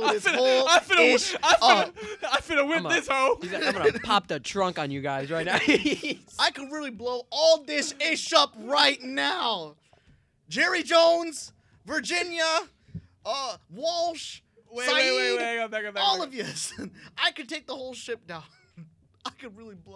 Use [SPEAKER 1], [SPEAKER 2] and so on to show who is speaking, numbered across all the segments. [SPEAKER 1] this whole
[SPEAKER 2] I finna,
[SPEAKER 1] ish
[SPEAKER 2] I finna,
[SPEAKER 1] up.
[SPEAKER 2] I finna whip
[SPEAKER 3] I'm a-
[SPEAKER 2] this hoe.
[SPEAKER 3] He's like, I'm gonna pop the trunk on you guys right now.
[SPEAKER 1] I could really blow all this ish up right now. Jerry Jones, Virginia, uh, Walsh,
[SPEAKER 2] Wait,
[SPEAKER 1] Saeed,
[SPEAKER 2] wait, wait, wait, I'm back, I'm back.
[SPEAKER 1] all of you. I could take the whole ship down. I could really blow.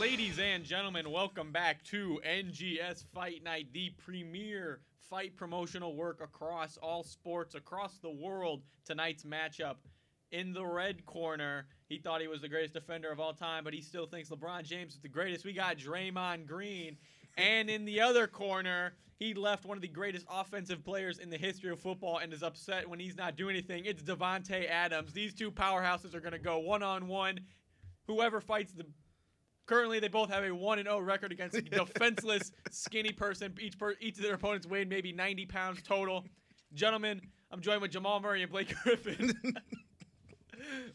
[SPEAKER 2] Ladies and gentlemen, welcome back to NGS Fight Night, the premier fight promotional work across all sports across the world. Tonight's matchup in the red corner. He thought he was the greatest defender of all time, but he still thinks LeBron James is the greatest. We got Draymond Green. And in the other corner, he left one of the greatest offensive players in the history of football and is upset when he's not doing anything. It's Devonte Adams. These two powerhouses are going to go one on one. Whoever fights the Currently, they both have a one and zero record against a defenseless, skinny person. Each per- each of their opponents weighed maybe ninety pounds total. Gentlemen, I'm joined with Jamal Murray and Blake Griffin.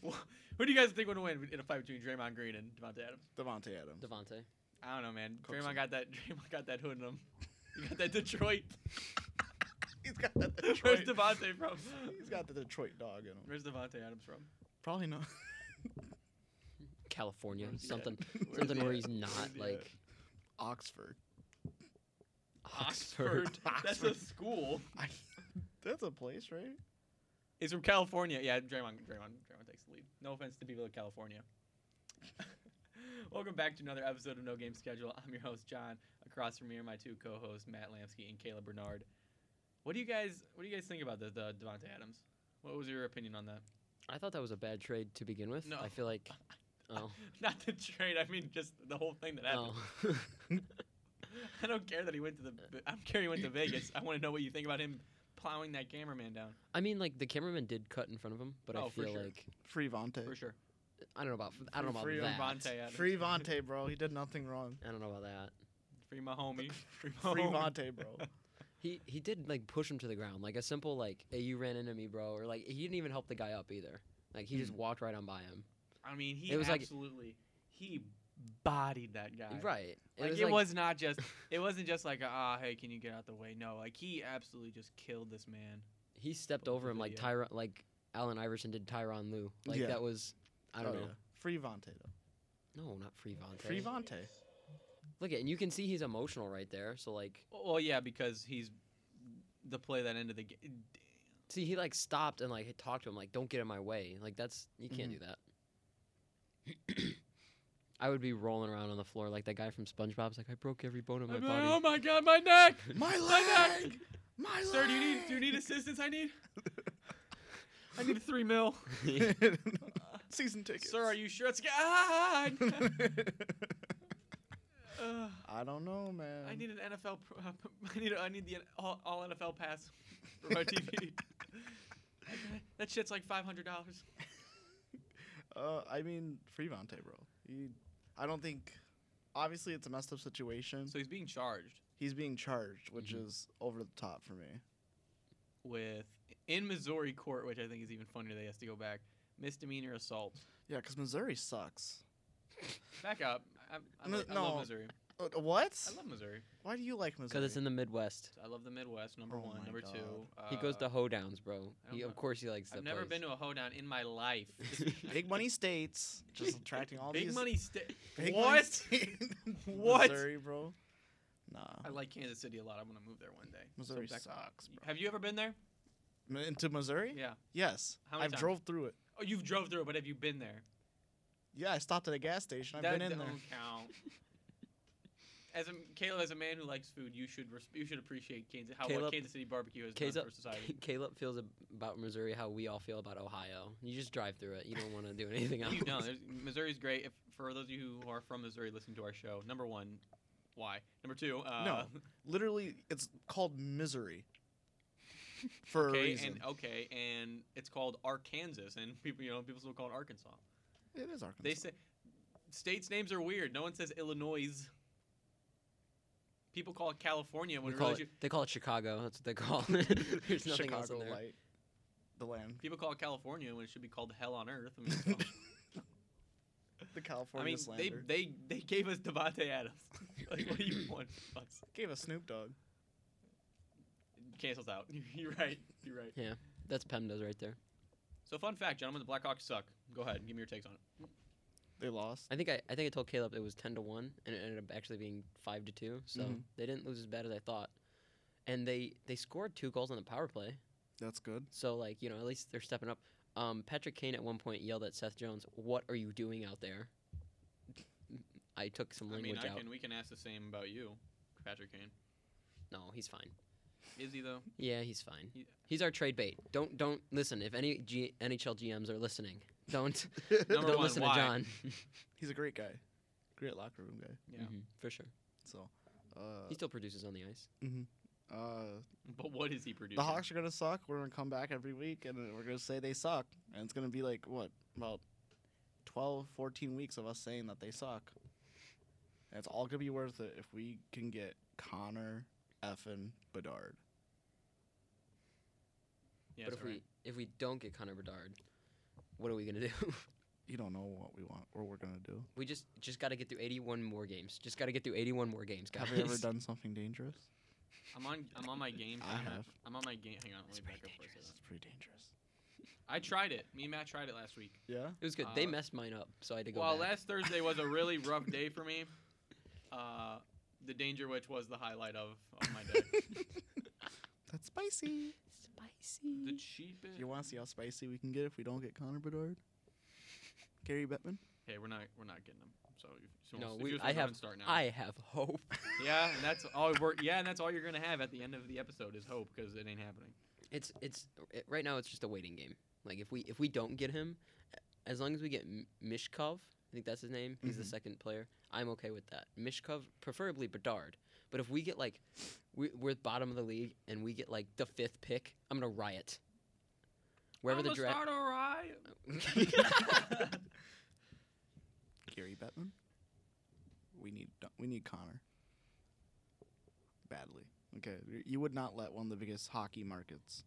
[SPEAKER 2] Wh- Who do you guys think would win in a fight between Draymond Green and Devontae Adams?
[SPEAKER 1] Devontae Adams.
[SPEAKER 3] Devontae.
[SPEAKER 2] I don't know, man.
[SPEAKER 1] Cooks
[SPEAKER 2] Draymond
[SPEAKER 1] him.
[SPEAKER 2] got that. Draymond got that hood in him. He got that Detroit.
[SPEAKER 1] He's got that
[SPEAKER 2] Where's
[SPEAKER 1] Detroit.
[SPEAKER 2] Devontae from?
[SPEAKER 1] He's got the Detroit dog in him.
[SPEAKER 2] Where's Devontae Adams from?
[SPEAKER 1] Probably not.
[SPEAKER 3] California.
[SPEAKER 2] Where's he at?
[SPEAKER 3] Something
[SPEAKER 2] Where's
[SPEAKER 3] something
[SPEAKER 2] he
[SPEAKER 3] where
[SPEAKER 2] at?
[SPEAKER 3] he's not
[SPEAKER 2] Where's he at?
[SPEAKER 3] like
[SPEAKER 1] Oxford.
[SPEAKER 3] Oxford.
[SPEAKER 2] That's a school.
[SPEAKER 1] I, that's a place, right?
[SPEAKER 2] He's from California. Yeah, Draymond, Draymond, Draymond takes the lead. No offense to people of California. Welcome back to another episode of No Game Schedule. I'm your host John. Across from me are my two co-hosts Matt Lamsky and Caleb Bernard. What do you guys What do you guys think about the, the Devonte Adams? What was your opinion on that?
[SPEAKER 3] I thought that was a bad trade to begin with.
[SPEAKER 2] No.
[SPEAKER 3] I feel like oh
[SPEAKER 2] Not the trade. I mean, just the whole thing that happened.
[SPEAKER 3] no. Oh.
[SPEAKER 2] I don't care that he went to the. I don't care he went to Vegas. I want to know what you think about him plowing that cameraman down
[SPEAKER 3] I mean like the cameraman did cut in front of him, but
[SPEAKER 2] Oh,
[SPEAKER 3] I
[SPEAKER 2] for
[SPEAKER 3] feel
[SPEAKER 2] sure.
[SPEAKER 3] like
[SPEAKER 1] Free Vontae.
[SPEAKER 2] for sure.
[SPEAKER 3] I don't know about I don't know
[SPEAKER 1] Free
[SPEAKER 3] about that.
[SPEAKER 2] Devontae Adams.
[SPEAKER 1] Free Vontae, bro. He did nothing wrong.
[SPEAKER 3] I don't know about that.
[SPEAKER 2] Free my homie. Free my
[SPEAKER 1] Free
[SPEAKER 2] homie.
[SPEAKER 1] Vontae, bro.
[SPEAKER 3] He he did like push him to the ground, like a simple like, "Hey, you ran into me, bro," or like he didn't even help the guy up either. Like he
[SPEAKER 2] Hmm.
[SPEAKER 3] just walked right on by him.
[SPEAKER 2] I mean, he
[SPEAKER 3] It was like-
[SPEAKER 2] absolutely he bodied that guy.
[SPEAKER 3] Right.
[SPEAKER 2] Like it, was, not just it wasn't just like ah hey can you get out the way no like he absolutely just killed this man.
[SPEAKER 3] he stepped
[SPEAKER 2] What
[SPEAKER 3] over
[SPEAKER 2] was
[SPEAKER 3] him
[SPEAKER 2] it,
[SPEAKER 3] like
[SPEAKER 2] yeah?
[SPEAKER 3] Tyron like Allen Iverson did Tyron Lou. Like
[SPEAKER 1] Yeah.
[SPEAKER 3] that was I don't
[SPEAKER 1] Oh,
[SPEAKER 3] know.
[SPEAKER 1] yeah. Free Vontae, though.
[SPEAKER 3] No, not Free Vontae.
[SPEAKER 1] Free Vontae.
[SPEAKER 3] Look at and you can see he's emotional right there. So like
[SPEAKER 2] Well yeah because he's the play that ended the game.
[SPEAKER 3] see he like stopped and like had talked to him like don't get in my way. Like that's you can't do that. I would be rolling around on the floor like that guy from SpongeBob's like I broke every bone in my
[SPEAKER 2] oh
[SPEAKER 3] body.
[SPEAKER 2] my god my neck
[SPEAKER 1] My
[SPEAKER 2] My
[SPEAKER 1] leg! My leg!
[SPEAKER 2] sir do you need do you need assistance I need I need three mil
[SPEAKER 1] Season tickets.
[SPEAKER 2] sir are you sure it's ah, uh,
[SPEAKER 1] I don't know, man.
[SPEAKER 2] I need an NFL pro- uh, I need a, I need the all, all NFL pass for my TV that shit's like five hundred dollars.
[SPEAKER 1] Uh, I mean, free Vontae, bro. He, I don't think. Obviously, it's a messed up situation.
[SPEAKER 2] So he's being charged
[SPEAKER 1] He's being charged, which
[SPEAKER 3] Mhm.
[SPEAKER 1] is over the top for me.
[SPEAKER 2] with in Missouri court, which I think is even funnier. They has to go back misdemeanor assault.
[SPEAKER 1] Yeah, because Missouri sucks.
[SPEAKER 2] Back up. I, I, I,
[SPEAKER 1] No-
[SPEAKER 2] li- I
[SPEAKER 1] no.
[SPEAKER 2] love Missouri.
[SPEAKER 1] Uh, what?
[SPEAKER 2] I love Missouri.
[SPEAKER 1] Why do you like Missouri?
[SPEAKER 3] Because it's in the Midwest.
[SPEAKER 2] I love the Midwest. Number
[SPEAKER 1] Oh
[SPEAKER 2] one.
[SPEAKER 1] my
[SPEAKER 2] Number two. Uh,
[SPEAKER 3] He goes to hoedowns, bro.
[SPEAKER 2] I
[SPEAKER 3] He,
[SPEAKER 2] don't
[SPEAKER 3] of
[SPEAKER 2] know.
[SPEAKER 3] course he likes that
[SPEAKER 2] I've never
[SPEAKER 3] place.
[SPEAKER 2] been to a hoedown in my life.
[SPEAKER 1] big money states, just attracting all
[SPEAKER 2] big
[SPEAKER 1] these
[SPEAKER 2] money state.
[SPEAKER 1] big money
[SPEAKER 2] What?
[SPEAKER 1] state-
[SPEAKER 2] What?
[SPEAKER 1] Missouri, bro. Nah,
[SPEAKER 2] I like Kansas City a lot. I'm gonna move there one day. So
[SPEAKER 1] Missouri
[SPEAKER 2] back-
[SPEAKER 1] sucks, bro.
[SPEAKER 2] Have you ever been there?
[SPEAKER 1] M- Into Missouri?
[SPEAKER 2] Yeah.
[SPEAKER 1] Yes,
[SPEAKER 2] How many
[SPEAKER 1] I've
[SPEAKER 2] times?
[SPEAKER 1] drove through it.
[SPEAKER 2] Oh, you've drove through, it, but have you been there?
[SPEAKER 1] Yeah, I stopped at a gas station. I've
[SPEAKER 2] That
[SPEAKER 1] been in
[SPEAKER 2] don't
[SPEAKER 1] there.
[SPEAKER 2] count. As a, Caleb, as a man who likes food, you should resp- you should appreciate Kansas how what
[SPEAKER 3] Caleb-
[SPEAKER 2] Kansas City barbecue has done
[SPEAKER 3] Caleb,
[SPEAKER 2] for society.
[SPEAKER 3] Caleb feels ab- about Missouri how we all feel about Ohio. You just drive through it. You don't want to do anything else.
[SPEAKER 2] you know, there's, Missouri's great. If, for those of you who are from Missouri, listen to our show. Number one, why? Number two, uh,
[SPEAKER 1] No. Literally, it's called Misery. for a
[SPEAKER 2] Okay,
[SPEAKER 1] reason.
[SPEAKER 2] and oh, okay, and it's called Arkansas, and people, you know, people still call it Arkansas.
[SPEAKER 1] it is Arkansas.
[SPEAKER 2] They say states' names are weird. No one says Illinois. People call it California
[SPEAKER 3] We
[SPEAKER 2] when
[SPEAKER 3] call
[SPEAKER 2] really
[SPEAKER 3] it,
[SPEAKER 2] should,
[SPEAKER 3] they call it Chicago. That's what they call it. There's nothing
[SPEAKER 1] Chicago
[SPEAKER 3] else in there.
[SPEAKER 1] Light, the land,
[SPEAKER 2] people call it California when it should be called Hell on Earth. I mean, it's called-
[SPEAKER 1] the
[SPEAKER 2] I
[SPEAKER 1] California
[SPEAKER 2] mean they,
[SPEAKER 1] slander.
[SPEAKER 2] they they gave us Devontae Adams. like, what do you want? from us?
[SPEAKER 1] gave us Snoop Dogg.
[SPEAKER 2] Cancels out. You're right. You're right.
[SPEAKER 3] That's PEMDA's right there.
[SPEAKER 2] So, fun fact, gentlemen, the Blackhawks suck. Go ahead, give me your takes on it.
[SPEAKER 1] They lost.
[SPEAKER 3] I think I, I think I told Caleb it was ten to one, and it ended up actually being five to two. So
[SPEAKER 2] Mm-hmm.
[SPEAKER 1] Mhm.
[SPEAKER 3] they didn't lose as bad as I thought, and they they scored two goals on the power play.
[SPEAKER 1] That's good.
[SPEAKER 3] So like you know at least they're stepping up. Um, Patrick Kane at one point yelled at Seth Jones, "What are you doing out there?" I took some
[SPEAKER 2] I
[SPEAKER 3] language
[SPEAKER 2] mean, I
[SPEAKER 3] out.
[SPEAKER 2] can. We can ask the same about you, Patrick Kane.
[SPEAKER 3] No, he's fine.
[SPEAKER 2] Is he though?
[SPEAKER 3] Yeah, he's fine.
[SPEAKER 2] He-
[SPEAKER 3] He's our trade bait. Don't don't listen. If any G- NHL GMs are listening, don't
[SPEAKER 2] Number
[SPEAKER 3] don't
[SPEAKER 2] one,
[SPEAKER 3] listen
[SPEAKER 2] why?
[SPEAKER 3] to John.
[SPEAKER 1] He's a great guy, great locker room guy.
[SPEAKER 2] Yeah.
[SPEAKER 3] Mhm, for sure.
[SPEAKER 1] So, uh,
[SPEAKER 3] He still produces on the ice.
[SPEAKER 1] uh,
[SPEAKER 2] But what is he producing?
[SPEAKER 1] the Hawks are gonna suck. We're gonna come back every week, and then we're gonna say they suck. And it's gonna be like what about 12, 14 weeks of us saying that they suck. And it's all gonna be worth it if we can get Connor effing Bedard.
[SPEAKER 2] Yeah, it's
[SPEAKER 3] but if
[SPEAKER 2] all
[SPEAKER 3] we
[SPEAKER 2] right.
[SPEAKER 3] if we don't get Connor Bedard, what are we gonna do?
[SPEAKER 1] You don't know what we want or we're gonna do.
[SPEAKER 3] we just just got to get through 81 more games. Just got to get through 81 more games, guys.
[SPEAKER 1] Have we ever done something dangerous?
[SPEAKER 2] I'm on. I'm on my game.
[SPEAKER 1] I
[SPEAKER 2] I'm on-
[SPEAKER 1] have.
[SPEAKER 2] I'm on my game. Hang on. Let
[SPEAKER 3] It's
[SPEAKER 2] me
[SPEAKER 3] pretty
[SPEAKER 2] back up for a
[SPEAKER 3] dangerous.
[SPEAKER 2] second.
[SPEAKER 1] It's pretty dangerous.
[SPEAKER 2] I tried it. Me and Matt tried it last week.
[SPEAKER 1] Yeah.
[SPEAKER 3] It was good. they
[SPEAKER 2] Uh,
[SPEAKER 3] messed mine up, so I had to go.
[SPEAKER 2] Well,
[SPEAKER 3] back.
[SPEAKER 2] last Thursday was a really rough day for me. Uh, the danger which was the highlight of, of my day.
[SPEAKER 1] That's spicy.
[SPEAKER 3] spicy.
[SPEAKER 2] the cheapest.
[SPEAKER 1] You want to see how spicy we can get if we don't get Connor Bedard? Gary Bettman?
[SPEAKER 2] Hey, we're not we're not getting them. So, you, so
[SPEAKER 3] No,
[SPEAKER 2] if
[SPEAKER 3] we-
[SPEAKER 2] you just
[SPEAKER 3] I
[SPEAKER 2] wanna go ahead
[SPEAKER 3] have-
[SPEAKER 2] and start now.
[SPEAKER 3] I have hope.
[SPEAKER 2] Yeah, and that's all we're yeah, and that's all you're gonna have at the end of the episode is hope because it ain't happening.
[SPEAKER 3] It's it's it, right now. It's just a waiting game. Like if we if we don't get him, as long as we get M- Mishkov, I think that's his name. He's the
[SPEAKER 1] Mhm.
[SPEAKER 3] second player. I'm okay with that. Mishkov, preferably Bedard. But if we get like we, we're at bottom of the league and we get like the fifth pick, I'm gonna riot. Wherever the draft.
[SPEAKER 2] start a riot.
[SPEAKER 1] Gary Bettman? We need we need Connor. Badly. Okay. You would not let one of the biggest hockey markets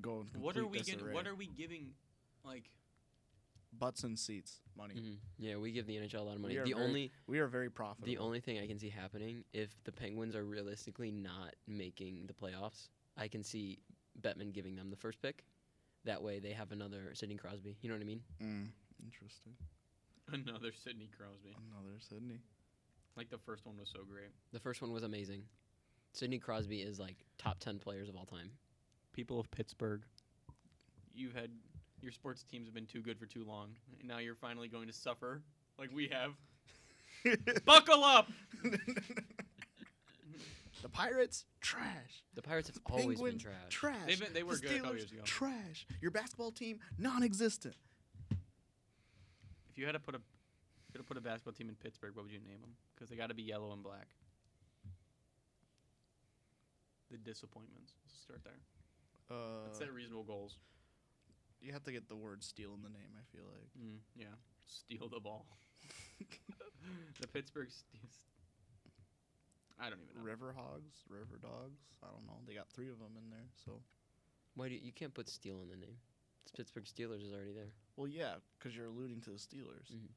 [SPEAKER 1] go in
[SPEAKER 2] what are we
[SPEAKER 1] complete
[SPEAKER 2] gonna,
[SPEAKER 1] disarray.
[SPEAKER 2] What are we giving? Like
[SPEAKER 1] butts and seats money?
[SPEAKER 3] Mhm. Yeah, we give the NHL a lot of money.
[SPEAKER 1] We are
[SPEAKER 3] The
[SPEAKER 1] very
[SPEAKER 3] only
[SPEAKER 1] We are very profitable.
[SPEAKER 3] the only thing I can see happening if the Penguins are realistically not making the playoffs, I can see Bettman giving them the first pick. That way they have another Sidney Crosby. You know what I mean?
[SPEAKER 1] Mm, interesting.
[SPEAKER 2] another Sidney Crosby.
[SPEAKER 1] Another Sydney.
[SPEAKER 2] Like the first one was so great.
[SPEAKER 3] The first one was amazing. Sidney Crosby is like top ten players of all time.
[SPEAKER 2] People of Pittsburgh, you've had your sports teams have been too good for too long, and now you're finally going to suffer like we have. Buckle up.
[SPEAKER 1] the Pirates trash.
[SPEAKER 3] The Pirates have
[SPEAKER 1] The
[SPEAKER 3] always been
[SPEAKER 1] Penguins,
[SPEAKER 3] trash.
[SPEAKER 1] Trash.
[SPEAKER 2] They've been- they were
[SPEAKER 1] the
[SPEAKER 2] good a couple
[SPEAKER 1] Steelers,
[SPEAKER 2] years ago.
[SPEAKER 1] Trash. Your basketball team non-existent.
[SPEAKER 2] If you had to put a could have put a basketball team in Pittsburgh, what would you name them? Because they got to be yellow and black. The disappointments. Let's start there.
[SPEAKER 1] Uh,
[SPEAKER 2] Let's set reasonable goals.
[SPEAKER 1] you have to get the word "steal" in the name. I feel like.
[SPEAKER 2] Mm, yeah, steal the ball. the Pittsburgh Steelers. I don't even know.
[SPEAKER 1] River Hogs, River Dogs. I don't know. They got three of them in there. So,
[SPEAKER 3] Why do you, you can't put Steel in the name? It's Pittsburgh Steelers is already there.
[SPEAKER 1] well, yeah, because you're alluding to the Steelers.
[SPEAKER 2] Mm-hmm.
[SPEAKER 3] Mhm.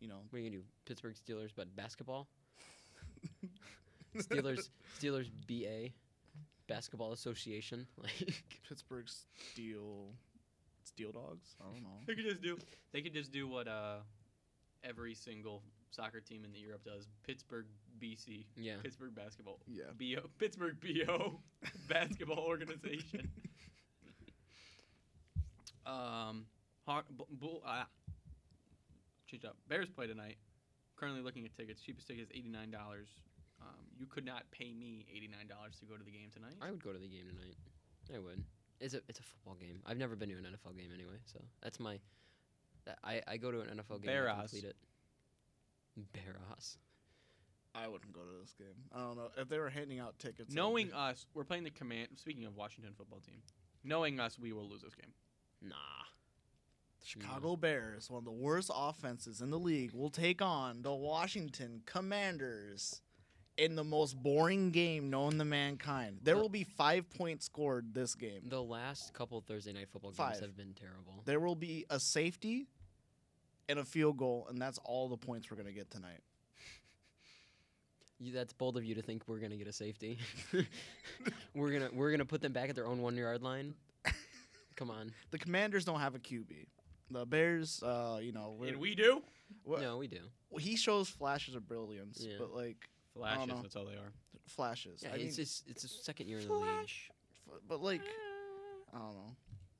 [SPEAKER 1] You know,
[SPEAKER 3] What are you gonna do? Pittsburgh Steelers, but basketball. Steelers Steelers BA, Basketball Association. Like
[SPEAKER 1] Pittsburgh Steel, Steel Dogs. I don't know.
[SPEAKER 2] They could just do. They could just do what uh, every single soccer team in the Europe does. Pittsburgh BC.
[SPEAKER 3] yeah.
[SPEAKER 2] Pittsburgh basketball.
[SPEAKER 1] yeah.
[SPEAKER 2] BO. Pittsburgh BO. basketball organization. Um, Haw- bu- bu- ah. change up. Bears play tonight. Currently looking at tickets. Cheapest ticket is eighty nine dollars. Um, you could not pay me eighty nine dollars to go to the game tonight.
[SPEAKER 3] I would go to the game tonight. I would. It's a it's a football game. I've never been to an NFL game anyway, so that's my. that- I I go to an NFL game. I
[SPEAKER 2] Bears.
[SPEAKER 3] complete it. Barras.
[SPEAKER 1] I wouldn't go to this game. I don't know if they were handing out tickets. it would
[SPEAKER 2] Knowing
[SPEAKER 1] be-
[SPEAKER 2] us, we're playing the command. Speaking of Washington football team, knowing us, we will lose this game.
[SPEAKER 3] Nah.
[SPEAKER 1] the Chicago Bears, one of the worst offenses in the league, will take on the Washington Commanders in the most boring game known to mankind. There
[SPEAKER 3] The-
[SPEAKER 1] will be five points scored this game.
[SPEAKER 3] The last couple Thursday night football games
[SPEAKER 1] Five.
[SPEAKER 3] have been terrible.
[SPEAKER 1] There will be a safety and a field goal, and that's all the points we're gonna get tonight.
[SPEAKER 3] You, that's bold of you to think we're gonna get a safety. we're gonna we're gonna put them back at their own one yard line. Come on.
[SPEAKER 1] The Commanders don't have a QB. The Bears, uh, you know, we're,
[SPEAKER 2] And we do
[SPEAKER 1] What-
[SPEAKER 3] No, we do.
[SPEAKER 1] he shows flashes of brilliance,
[SPEAKER 3] Yeah.
[SPEAKER 1] but like
[SPEAKER 2] flashes.
[SPEAKER 1] know.
[SPEAKER 2] That's all they are.
[SPEAKER 1] flashes.
[SPEAKER 3] Yeah,
[SPEAKER 1] I
[SPEAKER 3] it's
[SPEAKER 1] mean,
[SPEAKER 3] just it's his second year in the league.
[SPEAKER 1] f- but like I don't know.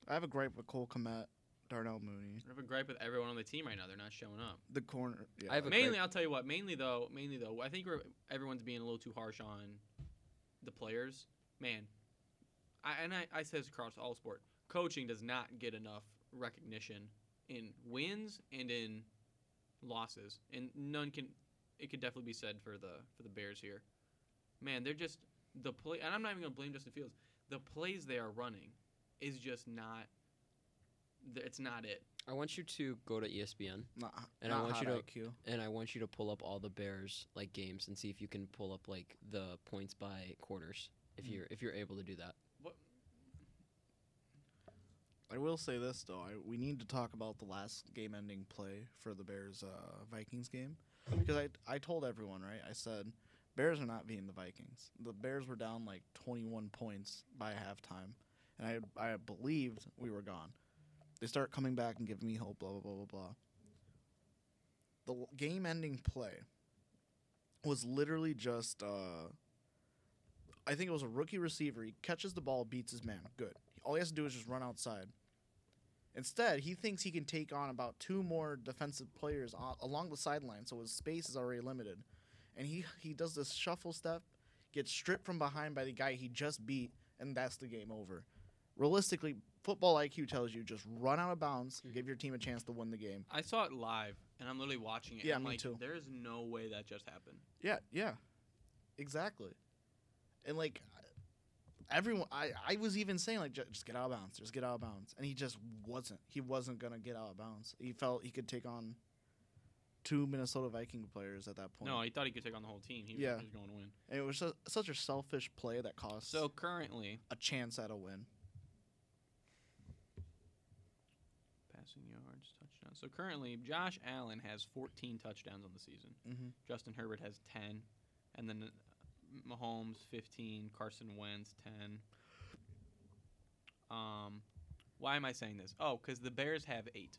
[SPEAKER 1] I have a gripe with Cole Komet, Darnell Mooney,
[SPEAKER 2] I have a gripe with everyone on the team right now. They're not showing up.
[SPEAKER 1] the corner. Yeah.
[SPEAKER 3] I have a
[SPEAKER 2] mainly,
[SPEAKER 3] great-
[SPEAKER 2] I'll tell you what. Mainly though, mainly though, I think we're, everyone's being a little too harsh on the players. Man, I, and I, I say this across all sport. Coaching does not get enough recognition in wins and in losses, and none can. It could definitely be said for the for the Bears here. Man, they're just the play, and I'm not even gonna blame Justin Fields. The plays they are running is just not. th- It's not it.
[SPEAKER 3] I want you to go to E ESPN
[SPEAKER 1] not,
[SPEAKER 3] and I
[SPEAKER 1] not
[SPEAKER 3] want
[SPEAKER 1] hot
[SPEAKER 3] you to-
[SPEAKER 1] IQ.
[SPEAKER 3] and I want you to pull up all the Bears like games and see if you can pull up like the points by quarters if
[SPEAKER 2] Mm.
[SPEAKER 3] you're if you're able to do that.
[SPEAKER 1] I will say this though, I, we need to talk about the last game-ending play for the Bears uh, Vikings game because I I told everyone right. I said Bears are not beating the Vikings. The Bears were down like 21 points by halftime, and I I believed we were gone. They start coming back and giving me hope. Blah blah blah blah blah. The l- game-ending play was literally just. Uh, I think it was a rookie receiver. He catches the ball, beats his man. Good. All he has to do is just run outside. Instead, he thinks he can take on about two more defensive players o- along the sideline, so his space is already limited. And he he does this shuffle step, gets stripped from behind by the guy he just beat, and that's the game over. Realistically, football IQ tells you just run out of bounds, give your team a chance to win the game.
[SPEAKER 2] I saw it live, and I'm literally watching it.
[SPEAKER 1] Yeah,
[SPEAKER 2] and I'm
[SPEAKER 1] me
[SPEAKER 2] like,
[SPEAKER 1] too.
[SPEAKER 2] There is no way that just happened.
[SPEAKER 1] Yeah, yeah, exactly. And like everyone, I, I was even saying like "Ju- just get out of bounds, just get out of bounds, and he just wasn't. He wasn't gonna get out of bounds. He felt he could take on two Minnesota Viking players at that point.
[SPEAKER 2] No, he thought he could take on the whole team. He
[SPEAKER 1] Yeah.
[SPEAKER 2] was just going to win.
[SPEAKER 1] and it was su- such a selfish play that cost
[SPEAKER 2] So currently,
[SPEAKER 1] a chance at a win.
[SPEAKER 2] passing yards, touchdowns. So currently, Josh Allen has 14 touchdowns on the season.
[SPEAKER 1] Mhm.
[SPEAKER 2] Justin Herbert has 10, and then uh, Mahomes 15, Carson Wentz 10. Um, why am I saying this? Oh, because the Bears have eight.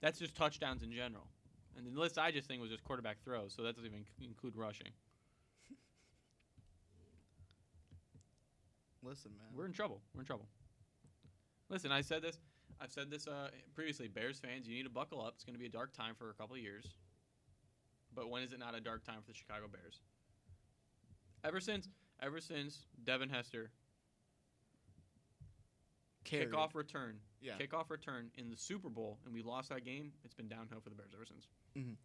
[SPEAKER 2] That's just touchdowns in general. And the list I just think was just quarterback throws, so that doesn't even c- include rushing.
[SPEAKER 1] Listen, man,
[SPEAKER 2] We're in trouble. We're in trouble. Listen, I said this. I've said this uh, previously. Bears fans, you need to buckle up. It's going to be a dark time for a couple of years. But when is it not a dark time for the Chicago Bears? Ever since, ever since Devin Hester
[SPEAKER 1] Carried.
[SPEAKER 2] kickoff return,
[SPEAKER 1] Yeah.
[SPEAKER 2] kickoff return in the Super Bowl, and we lost that game. It's been downhill for the Bears ever since.
[SPEAKER 1] Mhm.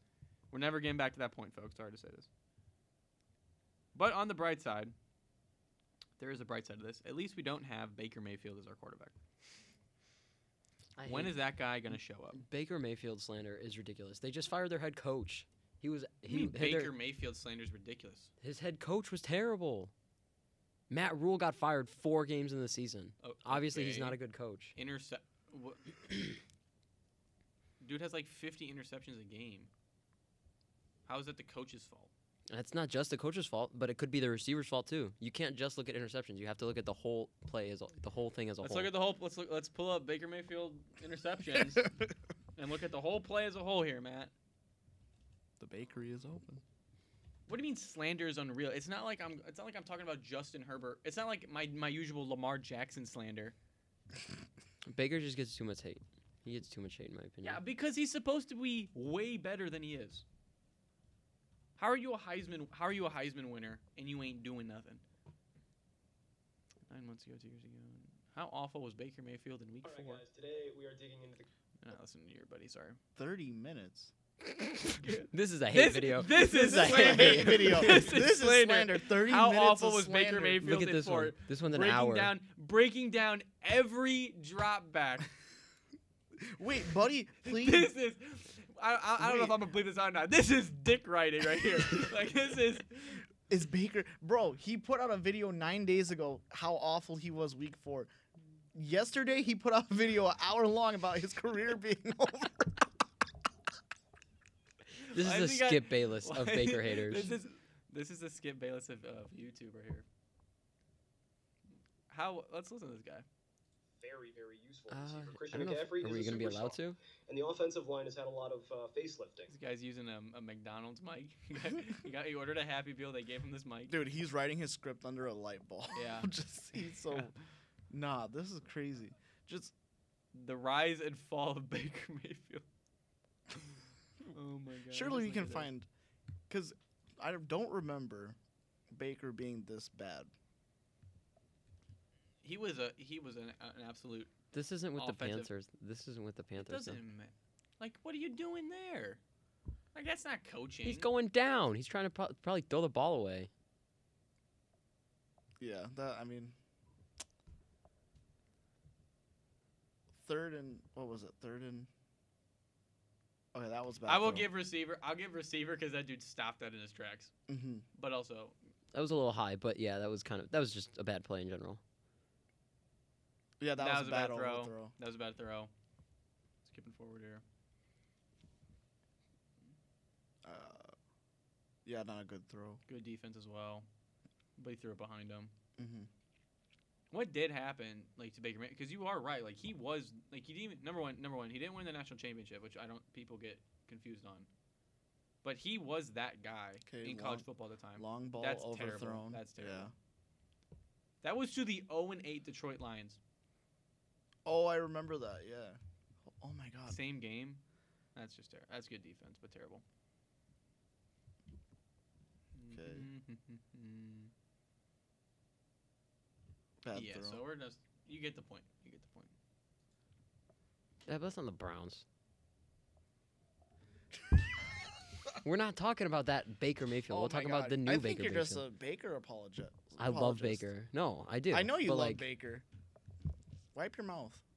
[SPEAKER 2] We're never getting back to that point, folks. Sorry to say this. But on the bright side, there is a bright side to this. At least we don't have Baker Mayfield as our quarterback. when is that guy going to show up?
[SPEAKER 3] Baker Mayfield slander is ridiculous. They just fired their head coach. He was
[SPEAKER 2] I
[SPEAKER 3] he
[SPEAKER 2] mean,
[SPEAKER 3] had their-
[SPEAKER 2] Baker Mayfield slander is ridiculous.
[SPEAKER 3] his head coach was terrible. Matt Rule got fired four games in the season.
[SPEAKER 2] O-
[SPEAKER 3] Obviously, he's
[SPEAKER 2] okay.
[SPEAKER 3] not a good coach.
[SPEAKER 2] intercept. What? Dude has like 50 interceptions a game. How is that the coach's fault?
[SPEAKER 3] That's not just the coach's fault, but it could be the receiver's fault too. You can't just look at interceptions. You have to look at the whole play as a, the whole thing as a
[SPEAKER 2] Let's
[SPEAKER 3] whole.
[SPEAKER 2] look at the whole. Let's look. Let's pull up Baker Mayfield interceptions and look at the whole play as a whole here, Matt.
[SPEAKER 1] the bakery is open.
[SPEAKER 2] What do you mean slander is unreal? It's not like I'm. It's not like I'm talking about Justin Herbert. It's not like my my usual Lamar Jackson slander.
[SPEAKER 3] Baker just gets too much hate. He gets too much hate, in my opinion.
[SPEAKER 2] Yeah, because he's supposed to be way better than he is. How are you a Heisman? How are you a Heisman winner and you ain't doing nothing? Nine months ago, two years ago. How awful was Baker Mayfield in Week
[SPEAKER 4] All right,
[SPEAKER 2] Four?
[SPEAKER 4] guys. Today we are digging into the
[SPEAKER 2] You're not listening to your buddy. Sorry.
[SPEAKER 1] Thirty minutes.
[SPEAKER 3] This is a hate
[SPEAKER 2] This-
[SPEAKER 3] video.
[SPEAKER 2] this is
[SPEAKER 3] a
[SPEAKER 2] slander.
[SPEAKER 3] hate
[SPEAKER 1] Hate video.
[SPEAKER 2] This is
[SPEAKER 1] This is
[SPEAKER 2] slander.
[SPEAKER 1] slander. Thirty
[SPEAKER 2] How
[SPEAKER 1] minutes
[SPEAKER 2] awful
[SPEAKER 1] of
[SPEAKER 2] was Baker
[SPEAKER 1] slander.
[SPEAKER 2] Mayfield?
[SPEAKER 3] Look at
[SPEAKER 2] in
[SPEAKER 3] this
[SPEAKER 2] for
[SPEAKER 3] one. This one's an
[SPEAKER 2] breaking
[SPEAKER 3] hour.
[SPEAKER 2] down breaking down every drop back.
[SPEAKER 1] Wait, buddy, please.
[SPEAKER 2] this is I, I, I don't know if
[SPEAKER 1] Wait.
[SPEAKER 2] I'm gonna believe this out or not. This is dick writing right here. like this is
[SPEAKER 1] is Baker, bro? He put out a video nine days ago how awful he was week four. Yesterday he put out a video an hour long about his career being over.
[SPEAKER 3] This
[SPEAKER 2] I
[SPEAKER 3] is a
[SPEAKER 2] think I-
[SPEAKER 3] Skip Bayless of Baker haters.
[SPEAKER 2] This is this is the Skip Bayless of, of YouTube right here. How let's listen to this guy.
[SPEAKER 4] very, very useful
[SPEAKER 3] Uh,
[SPEAKER 4] receiver.
[SPEAKER 3] I
[SPEAKER 4] Christian
[SPEAKER 3] don't know
[SPEAKER 4] McCaffrey
[SPEAKER 3] if, are
[SPEAKER 4] is
[SPEAKER 3] we
[SPEAKER 4] a
[SPEAKER 3] going to be allowed
[SPEAKER 4] superstar,
[SPEAKER 3] to?
[SPEAKER 4] And the offensive line has had a lot of uh, facelifting.
[SPEAKER 2] This guy's using a, a McDonald's mic. he, got, he, got- he ordered a Happy Meal. They gave him this mic.
[SPEAKER 1] Dude, he's writing his script under a light bulb.
[SPEAKER 2] Yeah.
[SPEAKER 1] just he's so.
[SPEAKER 2] Yeah.
[SPEAKER 1] Nah, this is crazy. Just
[SPEAKER 2] The rise and fall of Baker Mayfield. oh my god.
[SPEAKER 1] surely
[SPEAKER 2] just
[SPEAKER 1] we
[SPEAKER 2] look
[SPEAKER 1] can
[SPEAKER 2] at this.
[SPEAKER 1] find, because I don't remember Baker being this bad.
[SPEAKER 2] He was a he was an, an absolute.
[SPEAKER 3] This isn't with the
[SPEAKER 2] Offensive.
[SPEAKER 3] Panthers. This isn't with the
[SPEAKER 2] It
[SPEAKER 3] Panthers. though.
[SPEAKER 2] doesn't ma- like what are you doing there? Like that's not coaching.
[SPEAKER 3] He's going down. He's trying to pro- probably throw the ball away.
[SPEAKER 1] Yeah, that I mean. Third and what was it? Third and. Okay, that was bad.
[SPEAKER 2] I will give receiver. I'll give receiver because that dude stopped that in his tracks.
[SPEAKER 1] hmm
[SPEAKER 2] But also,
[SPEAKER 3] That was a little high, but yeah, that was kind of that was just a bad play in general.
[SPEAKER 1] Yeah, that, was, a bad,
[SPEAKER 2] throw.
[SPEAKER 1] overthrow.
[SPEAKER 2] that was a bad throw. Skipping forward here.
[SPEAKER 1] Uh, yeah, not a good throw.
[SPEAKER 2] Good defense as well. But he threw it behind him.
[SPEAKER 1] hmm
[SPEAKER 2] What did happen, like to Baker Mayfield? Because you are right. Like he was, like he didn't. Even, number one, number one, he didn't win the national championship, which I don't. People get confused on. But he was that guy
[SPEAKER 1] 'Kay, long-
[SPEAKER 2] in college football at the time.
[SPEAKER 1] Long ball
[SPEAKER 2] That's terrible.
[SPEAKER 1] overthrown.
[SPEAKER 2] That's terrible.
[SPEAKER 1] Yeah.
[SPEAKER 2] That was to the 0 and 8 Detroit Lions.
[SPEAKER 1] Oh, I remember that. Yeah. Oh my god.
[SPEAKER 2] Same game. That's just terrible. That's good defense, but terrible.
[SPEAKER 1] 'Kay. Bad
[SPEAKER 2] yeah,
[SPEAKER 1] throw.
[SPEAKER 2] so we're just you get the point. You get the point.
[SPEAKER 3] Yeah, but that's not the Browns. We're not talking about that Baker Mayfield.
[SPEAKER 1] Oh
[SPEAKER 3] we'll
[SPEAKER 1] my
[SPEAKER 3] talk about
[SPEAKER 1] God.
[SPEAKER 3] the new
[SPEAKER 1] I
[SPEAKER 3] Baker
[SPEAKER 1] think you're
[SPEAKER 3] Mayfield.
[SPEAKER 1] just a Baker apologist.
[SPEAKER 3] I love
[SPEAKER 1] apologist.
[SPEAKER 3] Baker. No, I do.
[SPEAKER 1] I know you
[SPEAKER 3] but
[SPEAKER 1] love
[SPEAKER 3] like,
[SPEAKER 1] Baker. Wipe your mouth.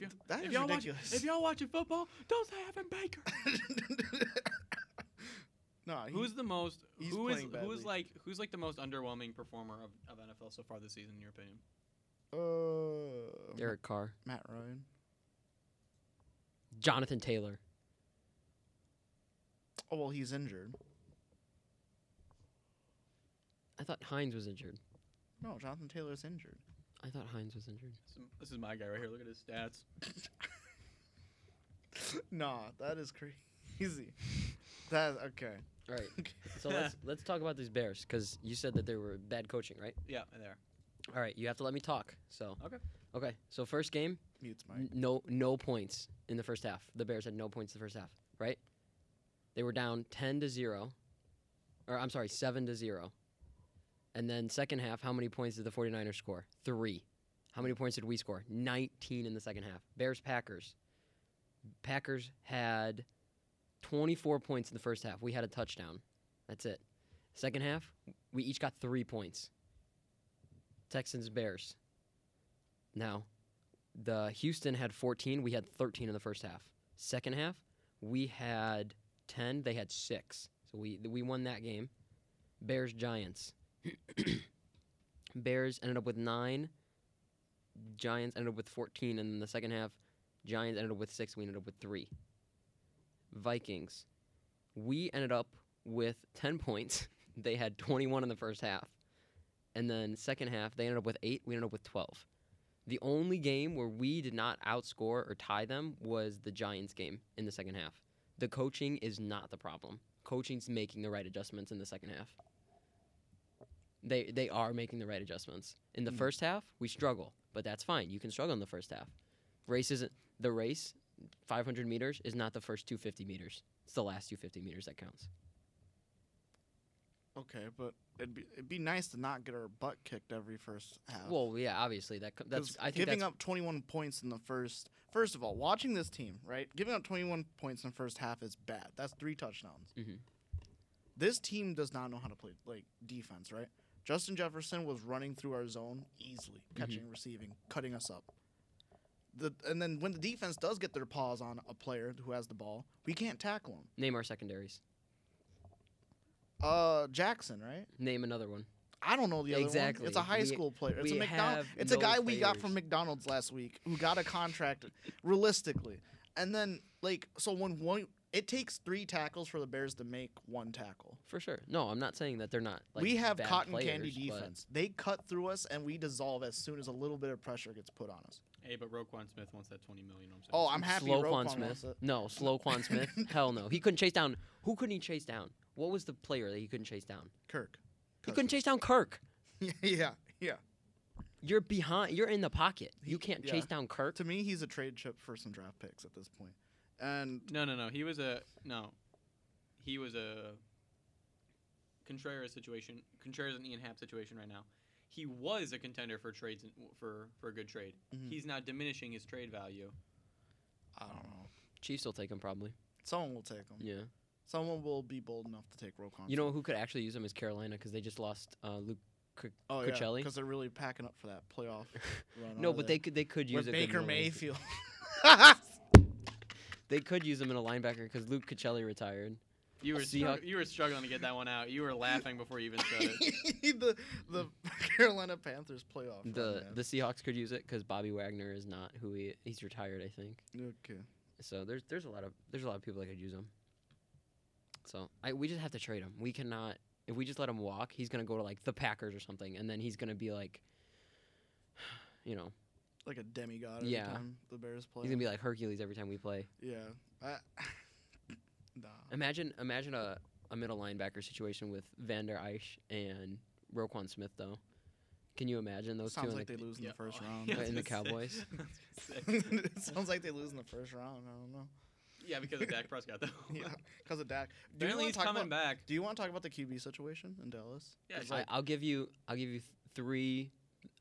[SPEAKER 2] If, y-
[SPEAKER 1] That is
[SPEAKER 2] y'all watch-
[SPEAKER 1] ridiculous.
[SPEAKER 2] if y'all watching football, don't say Evan Baker.
[SPEAKER 1] no, he,
[SPEAKER 2] who's the most?
[SPEAKER 1] he's
[SPEAKER 2] who is
[SPEAKER 1] playing
[SPEAKER 2] who is
[SPEAKER 1] badly.
[SPEAKER 2] like who's like the most underwhelming performer of, of NFL so far this season in your opinion?
[SPEAKER 1] uh,
[SPEAKER 3] Derek Carr,
[SPEAKER 1] Matt Ryan.
[SPEAKER 3] Jonathan Taylor.
[SPEAKER 1] Oh well, he's injured.
[SPEAKER 3] I thought Hines was injured.
[SPEAKER 1] No, Jonathan Taylor's injured.
[SPEAKER 3] I thought Hines was injured.
[SPEAKER 2] This is, this is my guy right here. Look at his stats.
[SPEAKER 1] nah, that is crazy. That okay.
[SPEAKER 3] All right. So let's let's talk about these Bears because you said that they were bad coaching, right?
[SPEAKER 2] Yeah, there.
[SPEAKER 3] All right, you have to let me talk. So
[SPEAKER 2] Okay.
[SPEAKER 3] okay. So first game,
[SPEAKER 1] Mutes Mike.
[SPEAKER 3] n- no no points in the first half. The Bears had no points the first half, right? They were down 10 to 0. Or I'm sorry, 7 to 0. And then second half, how many points did the 49ers score? 3. How many points did we score? 19 in the second half. Bears Packers. Packers had 24 points in the first half. We had a touchdown. That's it. Second half, we each got 3 points. Texans Bears. Now, the Houston had 14. We had 13 in the first half. Second half, we had 10. They had six. So we we won that game. Bears Giants. Bears ended up with nine. Giants ended up with 14, and in the second half, Giants ended up with six. We ended up with three. Vikings. We ended up with 10 points. they had 21 in the first half. And then second half, they ended up with eight. We ended up with 12. The only game where we did not outscore or tie them was the Giants game in the second half. The coaching is not the problem. Coaching's making the right adjustments in the second half. They they are making the right adjustments. In the
[SPEAKER 1] Mhm.
[SPEAKER 3] first half, we struggle, but that's fine. You can struggle in the first half. Race isn't the race 500 meters is not the first 250 meters. It's the last 250 meters that counts.
[SPEAKER 1] Okay, but it'd be it'd be nice to not get our butt kicked every first half.
[SPEAKER 3] Well, yeah, obviously that co- that's
[SPEAKER 1] 'Cause
[SPEAKER 3] I think
[SPEAKER 1] giving
[SPEAKER 3] that's
[SPEAKER 1] up 21 points in the first. First of all, watching this team, right? Giving up 21 points in the first half is bad. That's three touchdowns.
[SPEAKER 3] Mhm.
[SPEAKER 1] This team does not know how to play like defense, right? Justin Jefferson was running through our zone easily,
[SPEAKER 3] Mm-hmm.
[SPEAKER 1] catching, receiving, cutting us up. The and then when the defense does get their paws on a player who has the ball, we can't tackle him.
[SPEAKER 3] name our secondaries.
[SPEAKER 1] Uh, Jackson, right?
[SPEAKER 3] Name another one.
[SPEAKER 1] I don't know the other one. It's
[SPEAKER 3] Exactly.
[SPEAKER 1] a high
[SPEAKER 3] We-
[SPEAKER 1] school player. It's a
[SPEAKER 3] we
[SPEAKER 1] McDonald.
[SPEAKER 3] have
[SPEAKER 1] It's a
[SPEAKER 3] no
[SPEAKER 1] guy we got
[SPEAKER 3] players.
[SPEAKER 1] from McDonald's last week who got a contract realistically. And then like so when one it takes 3 tackles for the Bears to make one tackle.
[SPEAKER 3] For sure. No, I'm not saying that they're not. Like,
[SPEAKER 1] we have
[SPEAKER 3] bad
[SPEAKER 1] cotton candy
[SPEAKER 3] players, but-
[SPEAKER 1] defense. They cut through us and we dissolve as soon as a little bit of pressure gets put on us.
[SPEAKER 2] Hey, but Roquan Smith wants that 20 million. You know what I'm saying?
[SPEAKER 1] Oh, I'm happy Roquan
[SPEAKER 3] Slow Quan
[SPEAKER 1] wants
[SPEAKER 3] Smith.
[SPEAKER 1] it.
[SPEAKER 3] No, slow Quan Smith. Hell no. He couldn't chase down. Who couldn't he chase down? What was the player that he couldn't chase down?
[SPEAKER 1] Kirk.
[SPEAKER 3] He
[SPEAKER 1] Kirk.
[SPEAKER 3] couldn't chase down Kirk.
[SPEAKER 1] yeah, yeah.
[SPEAKER 3] You're behind. You're in the pocket.
[SPEAKER 1] He-
[SPEAKER 3] You can't
[SPEAKER 1] yeah.
[SPEAKER 3] chase down Kirk.
[SPEAKER 1] To me, he's a trade chip for some draft picks at this point. And
[SPEAKER 2] No, no, no. He was a no. He was a Contreras situation. Contreras and Ian Happ situation right now. He was a contender for trades and- for for a good trade.
[SPEAKER 1] Mhm.
[SPEAKER 2] He's now diminishing his trade value.
[SPEAKER 1] I don't know.
[SPEAKER 3] Chiefs will take him
[SPEAKER 1] Mm.
[SPEAKER 3] probably.
[SPEAKER 1] Someone will take him.
[SPEAKER 3] Yeah.
[SPEAKER 1] Someone will be bold enough to take Roquan.
[SPEAKER 3] You know who could actually use him is Carolina because they just lost uh, Luke.
[SPEAKER 1] Oh
[SPEAKER 3] Coachella?
[SPEAKER 1] because they're really packing up for that playoff. run
[SPEAKER 3] No,
[SPEAKER 1] over
[SPEAKER 3] but
[SPEAKER 1] there.
[SPEAKER 3] they could they could use
[SPEAKER 1] with
[SPEAKER 3] a good
[SPEAKER 1] Baker
[SPEAKER 3] middle linebacker.
[SPEAKER 1] Mayfield.
[SPEAKER 3] They could use him in a linebacker because Luke Cocelli retired.
[SPEAKER 2] You were
[SPEAKER 3] See
[SPEAKER 2] strugg-
[SPEAKER 3] how-
[SPEAKER 2] you were struggling to get that one out. You were laughing before you even said it.
[SPEAKER 1] the the Carolina Panthers playoff. run,
[SPEAKER 3] The
[SPEAKER 1] man.
[SPEAKER 3] the Seahawks could use it because Bobby Wagner is not who he he's retired. I think.
[SPEAKER 1] okay.
[SPEAKER 3] So there's there's a lot of there's a lot of people that could use him. So I we just have to trade him. We cannot if we just let him walk, he's gonna go to like the Packers or something, and then he's gonna be like, you know,
[SPEAKER 1] Like a demigod. Every
[SPEAKER 3] Yeah.
[SPEAKER 1] Time the Bears play.
[SPEAKER 3] he's gonna be like Hercules every time we play.
[SPEAKER 1] yeah. I, nah.
[SPEAKER 3] Imagine imagine a, a middle linebacker situation with Van Der Eich and Roquan Smith though. Can you imagine those two?
[SPEAKER 1] Sounds
[SPEAKER 3] in
[SPEAKER 1] like
[SPEAKER 3] the-
[SPEAKER 1] they lose in
[SPEAKER 2] Yeah.
[SPEAKER 1] the first
[SPEAKER 2] Oh,
[SPEAKER 1] round.
[SPEAKER 2] yeah, I
[SPEAKER 3] But
[SPEAKER 2] was
[SPEAKER 3] in the
[SPEAKER 2] gonna say-
[SPEAKER 3] Cowboys?
[SPEAKER 2] I was gonna say.
[SPEAKER 1] it sounds like they lose in the first round. I don't know.
[SPEAKER 2] yeah, because of Dak Prescott though.
[SPEAKER 1] Yeah, because of Dak. Do you
[SPEAKER 2] Apparently
[SPEAKER 1] want
[SPEAKER 2] he's
[SPEAKER 1] to talk
[SPEAKER 2] coming
[SPEAKER 1] about?
[SPEAKER 2] back.
[SPEAKER 1] Do you want to talk about the QB situation in Dallas?
[SPEAKER 2] Yeah,
[SPEAKER 1] 'Cause,
[SPEAKER 2] sure.
[SPEAKER 1] like,
[SPEAKER 3] I, I'll give you I'll give you th- three.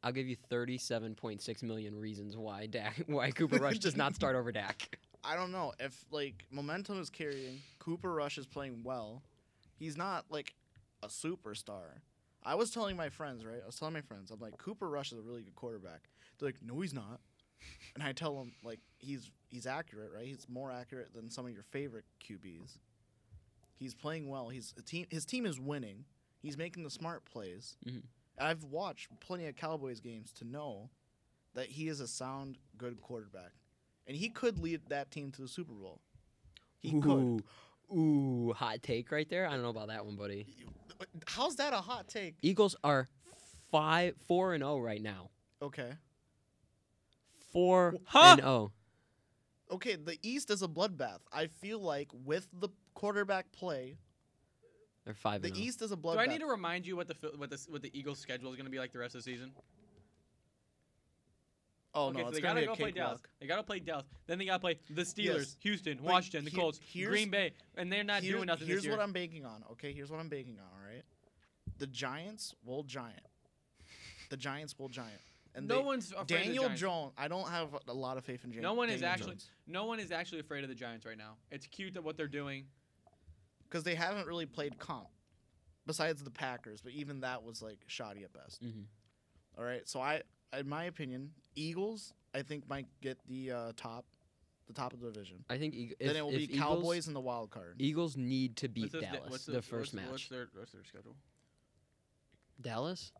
[SPEAKER 3] I'll give you 37.6 million reasons why Dak, why Cooper Rush does not start over Dak.
[SPEAKER 1] I don't know if like momentum is carrying. Cooper Rush is playing well. He's not like a superstar. I was telling my friends, right? I was telling my friends, I'm like Cooper Rush is a really good quarterback. They're like, no, he's not. And I tell them like he's he's accurate, right? He's more accurate than some of your favorite QBs. He's playing well. He's a team. His team is winning. He's making the smart plays.
[SPEAKER 3] Mhm.
[SPEAKER 1] I've watched plenty of Cowboys games to know that he is a sound, good quarterback and he could lead that team to the Super Bowl. He
[SPEAKER 3] ooh, ooh, hot take right there. I don't know about that one, buddy.
[SPEAKER 1] could. How's that a hot take?
[SPEAKER 3] Eagles are five, four and zero right now.
[SPEAKER 1] Okay.
[SPEAKER 3] Four
[SPEAKER 2] Huh?
[SPEAKER 3] and oh. zero.
[SPEAKER 1] Okay, the East is a bloodbath. I feel like with the quarterback play,
[SPEAKER 3] They're five
[SPEAKER 1] the
[SPEAKER 3] and oh. zero.
[SPEAKER 1] East is a bloodbath.
[SPEAKER 2] Do I need to remind you what the Phil- what the what the Eagles schedule is going to be like the rest of the season?
[SPEAKER 1] oh
[SPEAKER 2] okay,
[SPEAKER 1] no,
[SPEAKER 2] so
[SPEAKER 1] it's
[SPEAKER 2] they
[SPEAKER 1] gonna
[SPEAKER 2] gotta
[SPEAKER 1] be
[SPEAKER 2] go
[SPEAKER 1] a
[SPEAKER 2] play Dallas.
[SPEAKER 1] cakewalk.
[SPEAKER 2] They gotta play Dallas. Then they gotta play the Steelers,
[SPEAKER 1] Yes.
[SPEAKER 2] Houston,
[SPEAKER 1] But
[SPEAKER 2] Washington, the
[SPEAKER 1] he-
[SPEAKER 2] Colts,
[SPEAKER 1] here's-
[SPEAKER 2] Green Bay, and they're not
[SPEAKER 1] Here-
[SPEAKER 2] doing nothing
[SPEAKER 1] Here's
[SPEAKER 2] this year.
[SPEAKER 1] what I'm banking on. Okay, here's what I'm banking on. All right, the Giants will giant. The Giants will giant. And
[SPEAKER 2] no
[SPEAKER 1] they-
[SPEAKER 2] one's afraid
[SPEAKER 1] Daniel
[SPEAKER 2] of the Giants.
[SPEAKER 1] Jones. I don't have a lot of faith in Jan-
[SPEAKER 2] No one is
[SPEAKER 1] Daniel
[SPEAKER 2] actually- no one is actually afraid of the Giants right now. It's cute that what they're doing.
[SPEAKER 1] because they haven't really played comp besides the Packers, but even that was like shoddy at best.
[SPEAKER 3] Mhm.
[SPEAKER 1] All right, so I, in my opinion, Eagles I think might get the uh, top, the top of the division.
[SPEAKER 3] I think Eag- if,
[SPEAKER 1] then it will
[SPEAKER 3] if
[SPEAKER 1] be
[SPEAKER 3] Eagles,
[SPEAKER 1] Cowboys in the wild card.
[SPEAKER 3] Eagles need to beat
[SPEAKER 2] What's their-
[SPEAKER 3] Dallas
[SPEAKER 2] what's
[SPEAKER 3] the,
[SPEAKER 2] their- what's-
[SPEAKER 3] first match.
[SPEAKER 2] What's their, what's their schedule?
[SPEAKER 3] Dallas.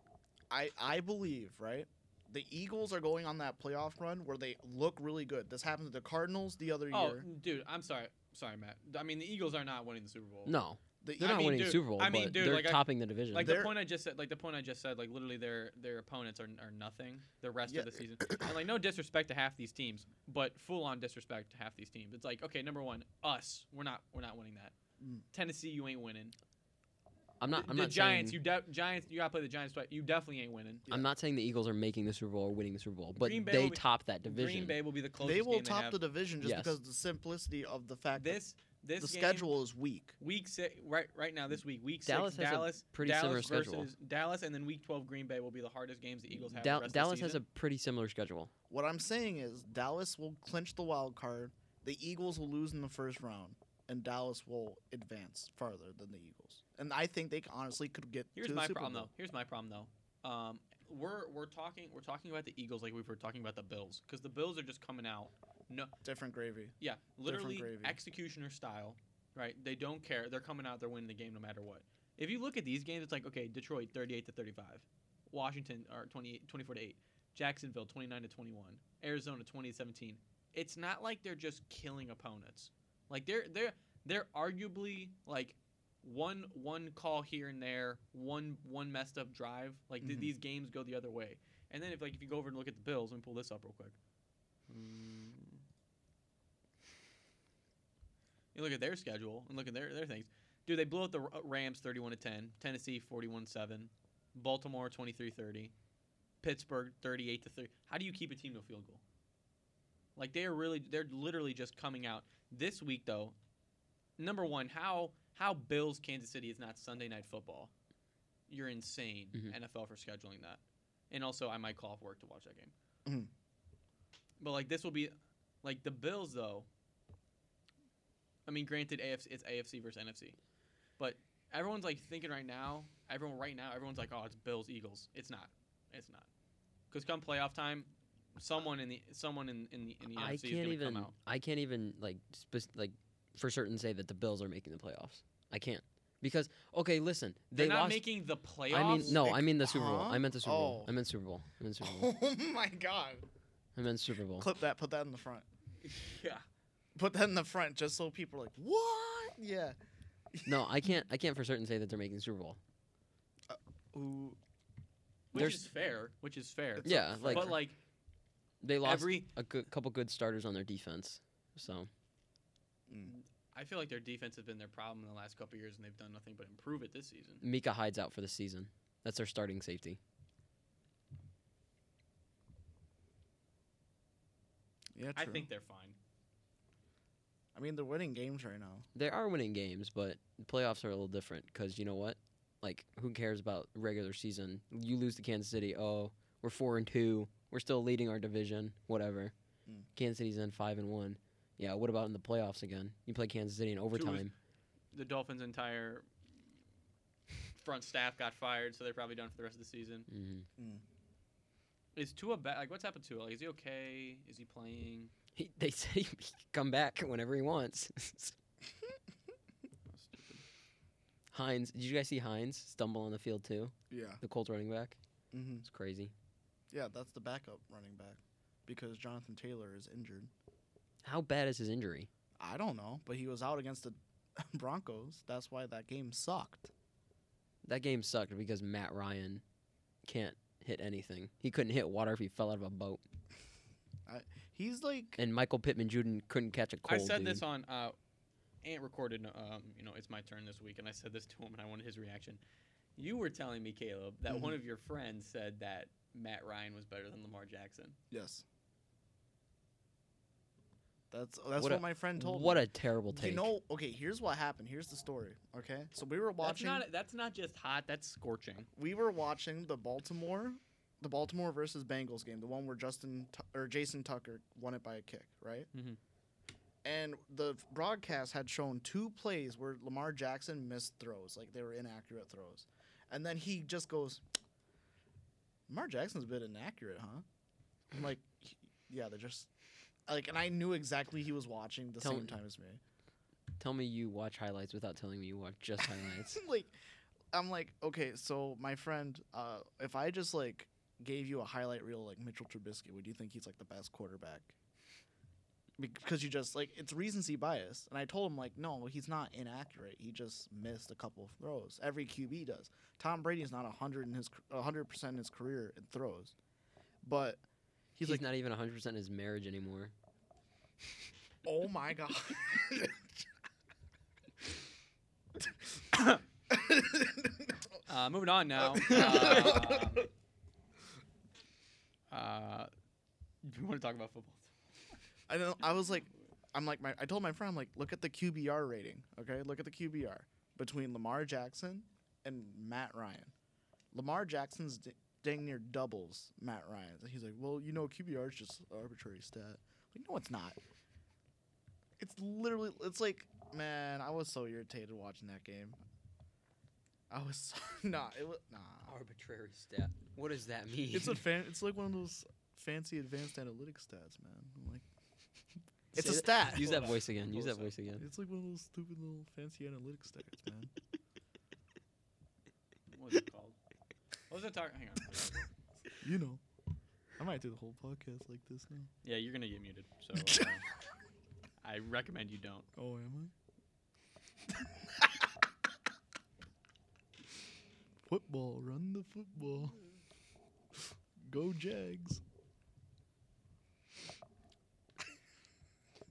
[SPEAKER 1] I I believe right. The Eagles are going on that playoff run where they look really good. This happened to the Cardinals the other
[SPEAKER 2] Oh,
[SPEAKER 1] year.
[SPEAKER 2] dude, I'm sorry, sorry, Matt. I mean, the Eagles are not winning the Super Bowl.
[SPEAKER 3] No,
[SPEAKER 1] The
[SPEAKER 3] they're
[SPEAKER 2] I
[SPEAKER 3] not
[SPEAKER 2] mean,
[SPEAKER 3] winning
[SPEAKER 2] dude-
[SPEAKER 3] the Super Bowl,
[SPEAKER 2] I mean,
[SPEAKER 3] but
[SPEAKER 2] dude,
[SPEAKER 3] they're
[SPEAKER 2] like I-
[SPEAKER 3] topping the division.
[SPEAKER 2] Like the
[SPEAKER 1] They're-
[SPEAKER 2] point I just said, like the point I just said, like literally their their opponents are, are nothing the rest
[SPEAKER 1] Yeah.
[SPEAKER 2] of the season. And like no disrespect to half these teams, but full on disrespect to half these teams. It's like okay, number one, us, we're not we're not winning that.
[SPEAKER 1] Mm.
[SPEAKER 2] Tennessee, you ain't winning.
[SPEAKER 3] I'm not.
[SPEAKER 2] The-
[SPEAKER 3] I'm
[SPEAKER 2] the
[SPEAKER 3] not
[SPEAKER 2] Giants,
[SPEAKER 3] saying.
[SPEAKER 2] you de- Giants, you gotta play the Giants twice. You definitely ain't winning.
[SPEAKER 3] I'm not saying the Eagles are making the Super Bowl or winning the Super Bowl, but
[SPEAKER 2] Green Bay
[SPEAKER 3] they
[SPEAKER 2] will be-
[SPEAKER 3] top that division.
[SPEAKER 2] Green Bay will be the closest.
[SPEAKER 1] they will
[SPEAKER 2] game
[SPEAKER 1] top
[SPEAKER 2] have.
[SPEAKER 1] the division just
[SPEAKER 3] Yes.
[SPEAKER 1] because of the simplicity of the fact that
[SPEAKER 2] This this
[SPEAKER 1] the
[SPEAKER 2] game,
[SPEAKER 1] schedule is weak.
[SPEAKER 2] week six right right now this week week
[SPEAKER 3] Dallas
[SPEAKER 2] six
[SPEAKER 3] has a
[SPEAKER 2] Dallas
[SPEAKER 3] pretty
[SPEAKER 2] Dallas
[SPEAKER 3] similar
[SPEAKER 2] versus
[SPEAKER 3] schedule.
[SPEAKER 2] Dallas and then week twelve Green Bay will be the hardest games the Eagles have.
[SPEAKER 3] Dal-
[SPEAKER 2] the rest
[SPEAKER 3] Dallas
[SPEAKER 2] of the
[SPEAKER 3] has a pretty similar schedule.
[SPEAKER 1] What I'm saying is Dallas will clinch the wild card. The Eagles will lose in the first round, and Dallas will advance farther than the Eagles. And I think they honestly could get.
[SPEAKER 2] Here's
[SPEAKER 1] to the
[SPEAKER 2] my
[SPEAKER 1] Super
[SPEAKER 2] problem
[SPEAKER 1] Bowl.
[SPEAKER 2] though. Here's my problem though. Um, we're we're talking we're talking about the Eagles like we were talking about the Bills because the Bills are just coming out. No,
[SPEAKER 1] Different gravy.
[SPEAKER 2] yeah, literally
[SPEAKER 1] gravy.
[SPEAKER 2] executioner style, right? They don't care. They're coming out. They're winning the game no matter what. If you look at these games, it's like okay, Detroit 38 to 35, Washington or 28 24 to 8, Jacksonville 29 to 21, Arizona 20 to 17. It's not like they're just killing opponents. Like they're they're they're arguably like one one call here and there, one one messed up drive. Like th-
[SPEAKER 1] Mhm.
[SPEAKER 2] these games go the other way. And then if like if you go over and look at the Bills, let me pull this up real quick.
[SPEAKER 1] Mm,
[SPEAKER 2] You look at their schedule and look at their their things. Dude, they blew out the R- uh, Rams 31 to 10, Tennessee 41 7, Baltimore 23 30, Pittsburgh 38 to 30. How do you keep a team to a field goal? Like they are really they're literally just coming out this week though. Number 1, how how Bills Kansas City is not Sunday night football. You're insane
[SPEAKER 3] Mhm.
[SPEAKER 2] NFL for scheduling that. And also I might call off work to watch that game.
[SPEAKER 3] Mm-hmm.
[SPEAKER 1] Mhm.
[SPEAKER 2] But like this will be like the Bills though. I mean, granted, AFC it's AFC versus NFC, but everyone's like thinking right now. Everyone right now, everyone's like, "Oh, it's Bills Eagles." It's not. It's not. Because come playoff time, someone in the someone in in the, in the
[SPEAKER 3] I
[SPEAKER 2] NFC is
[SPEAKER 3] can't
[SPEAKER 2] gonna come
[SPEAKER 3] even.
[SPEAKER 2] out.
[SPEAKER 3] I can't even like spec- like for certain say that the Bills are making the playoffs. I can't because okay, listen,
[SPEAKER 2] They're
[SPEAKER 3] they
[SPEAKER 2] not
[SPEAKER 3] lost.
[SPEAKER 2] making the playoffs.
[SPEAKER 3] I mean, no, I mean the Super Bowl.
[SPEAKER 1] Huh?
[SPEAKER 3] I meant the Super Bowl.
[SPEAKER 1] Oh.
[SPEAKER 3] I meant Super Bowl. I meant Super Bowl.
[SPEAKER 1] Oh my god!
[SPEAKER 3] I meant Super Bowl.
[SPEAKER 1] Clip that. Put that in the front.
[SPEAKER 2] Yeah.
[SPEAKER 1] Put that in the front, just so people are like, "What?" Yeah.
[SPEAKER 3] No, I can't. I can't for certain say that they're making the Super Bowl.
[SPEAKER 1] Ooh.
[SPEAKER 2] Which
[SPEAKER 3] There's-
[SPEAKER 2] is fair. Which is fair.
[SPEAKER 1] It's
[SPEAKER 3] Yeah,
[SPEAKER 1] not
[SPEAKER 3] like,
[SPEAKER 2] but like
[SPEAKER 3] they lost
[SPEAKER 2] every,
[SPEAKER 3] a good, couple good starters on their defense. So
[SPEAKER 1] Mm,
[SPEAKER 2] I feel like their defense has been their problem in the last couple of years, and they've done nothing but improve it this season.
[SPEAKER 3] Mika hides out for the season. That's their starting safety.
[SPEAKER 1] Yeah. True.
[SPEAKER 2] I think they're fine.
[SPEAKER 1] I mean, they're winning games right now.
[SPEAKER 3] They are winning games, but playoffs are a little different because you know what? Like, who cares about regular season? You lose to Kansas City. Oh, we're four and two. We're still leading our division. Whatever.
[SPEAKER 1] Mm.
[SPEAKER 3] Kansas City's in five and one. Yeah. What about in the playoffs again? You play Kansas City in overtime.
[SPEAKER 2] the Dolphins' entire front staff got fired, so they're probably done for the rest of the season.
[SPEAKER 3] hmm
[SPEAKER 2] Is Tua back? Like, what's happened to Tua? Like, is he okay? Is he playing?
[SPEAKER 3] He, they say he can come back whenever he wants. Hines, did you guys see Hines stumble on the field too?
[SPEAKER 1] Yeah.
[SPEAKER 3] The Colts running back.
[SPEAKER 1] Mm-hmm.
[SPEAKER 3] It's crazy.
[SPEAKER 1] Yeah, that's the backup running back because Jonathan Taylor is injured.
[SPEAKER 3] How bad is his injury?
[SPEAKER 1] I don't know, but he was out against the Broncos. That's why that game sucked.
[SPEAKER 3] That game sucked because Matt Ryan can't hit anything. He couldn't hit water if he fell out of a boat,
[SPEAKER 1] He's like,
[SPEAKER 3] and Michael Pittman Juden couldn't catch a cold.
[SPEAKER 2] I said
[SPEAKER 3] dude.
[SPEAKER 2] this on uh, Ant recorded. Um, you know, it's my turn this week, and I said this to him, and I wanted his reaction. You were telling me, Caleb, that one
[SPEAKER 3] Mm-hmm.
[SPEAKER 2] of your friends said that Matt Ryan was better than Lamar Jackson.
[SPEAKER 1] yes. That's that's
[SPEAKER 3] What
[SPEAKER 1] what,
[SPEAKER 3] a-
[SPEAKER 1] my friend told
[SPEAKER 3] What
[SPEAKER 1] me.
[SPEAKER 3] a terrible take!
[SPEAKER 1] You know, okay, here's what happened. Here's the story, okay? So we were watching
[SPEAKER 2] That's not. That's not just hot. That's scorching.
[SPEAKER 1] we were watching the Baltimore the Baltimore versus Bengals game, the one where Justin Tu- or Jason Tucker won it by a kick, right?
[SPEAKER 3] Mm-hmm.
[SPEAKER 2] Mhm.
[SPEAKER 1] And the broadcast had shown two plays where Lamar Jackson missed throws, like they were inaccurate throws, and then he just goes, "Lamar Jackson's a bit inaccurate, huh?" I'm like, "Yeah, they're just." Like and I knew exactly he was watching the
[SPEAKER 3] Tell
[SPEAKER 1] same
[SPEAKER 3] me-
[SPEAKER 1] time as me.
[SPEAKER 3] Tell me you watch highlights without telling me you watch just highlights.
[SPEAKER 1] like I'm like, okay, so my friend, uh, if I just like gave you a highlight reel like Mitchell Trubisky, would you think he's like the best quarterback? Because you just like it's recency bias, and I told him like, no, he's not inaccurate. He just missed a couple of throws. Every QB does. Tom Brady's not hundred in his hundred percent in his career in throws, but
[SPEAKER 3] He's,
[SPEAKER 1] he's, like,
[SPEAKER 3] not even 100 percent his marriage anymore.
[SPEAKER 1] oh my god.
[SPEAKER 2] Uh, moving on now. uh, uh, we want to talk about football.
[SPEAKER 1] I know. I was like, I I'm like my I told my friend I'm like look at the QBR rating. Okay, look at the QBR between Lamar Jackson and Matt Ryan. Lamar Jackson's d- dang near doubles Matt Ryan's. And he's like, well, you know, QBR is just an arbitrary stat. Like, no, it's not. It's literally. It's like, man, I was so irritated watching that game. I was so, nah. It was nah.
[SPEAKER 3] Arbitrary stat. What does that mean?
[SPEAKER 1] It's a fan. It's like one of those fancy advanced analytics stats, man. I'm like, it's a
[SPEAKER 3] Say
[SPEAKER 1] stat.
[SPEAKER 3] Use that
[SPEAKER 4] Hold on.
[SPEAKER 3] voice again. Use
[SPEAKER 4] Hold
[SPEAKER 3] that
[SPEAKER 4] on.
[SPEAKER 3] voice again.
[SPEAKER 1] It's like one of those stupid little fancy analytics stats, man.
[SPEAKER 2] What was it called? What was I talking? Hang on.
[SPEAKER 1] you know, I might do the whole podcast like this now.
[SPEAKER 2] Yeah, you're gonna get muted. So uh, I recommend you don't.
[SPEAKER 1] Oh, am I? football, run the football. Go Jags.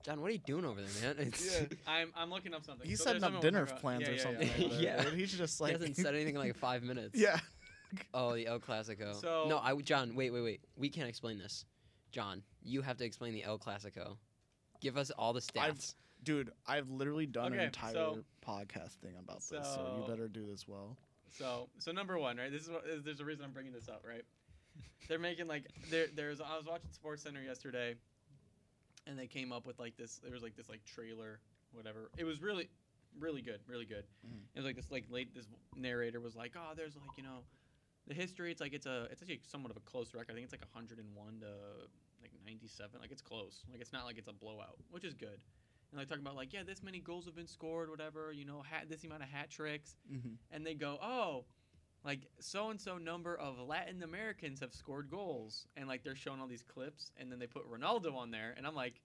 [SPEAKER 3] John, what are you doing over there, man? It's,
[SPEAKER 2] I'm I'm looking up something.
[SPEAKER 1] He
[SPEAKER 2] So
[SPEAKER 1] setting
[SPEAKER 2] there's
[SPEAKER 1] up
[SPEAKER 2] something we're
[SPEAKER 1] dinner plans
[SPEAKER 2] talking about. Yeah,
[SPEAKER 1] or
[SPEAKER 2] yeah,
[SPEAKER 1] something.
[SPEAKER 2] yeah.
[SPEAKER 1] like that,
[SPEAKER 3] Yeah.
[SPEAKER 1] right? He's just
[SPEAKER 3] he
[SPEAKER 1] like
[SPEAKER 3] hasn't said anything in like five minutes.
[SPEAKER 1] yeah.
[SPEAKER 3] Oh, the El Clasico.
[SPEAKER 2] So-
[SPEAKER 3] no, I w- John, wait, wait, wait. We can't explain this. John, you have to explain the El Clasico. Give us all the stats.
[SPEAKER 1] I've- Dude, I've literally done an
[SPEAKER 2] Okay,
[SPEAKER 1] entire
[SPEAKER 2] so-
[SPEAKER 1] podcast thing about this, so
[SPEAKER 2] so-
[SPEAKER 1] you better do this well.
[SPEAKER 2] So so number one, right? This is what is- there's a reason I'm bringing this up, right? They're making like there there's I was watching Sports Center yesterday, and they came up with like this. There was like this like trailer, whatever. It was really really good, really good.
[SPEAKER 1] Mhm.
[SPEAKER 2] It was like this like late this narrator was like, oh, there's like you know, the history. It's like it's a it's actually somewhat of a close record. I think it's like 101 to like 97. Like it's close. Like it's not like it's a blowout, which is good. And they talk about like yeah, this many goals have been scored, whatever. You know, hat, this amount of hat tricks
[SPEAKER 3] Mm-hmm.
[SPEAKER 2] and they go, oh, like so and so number of Latin Americans have scored goals, and like they're showing all these clips, and then they put Ronaldo on there, and I'm like,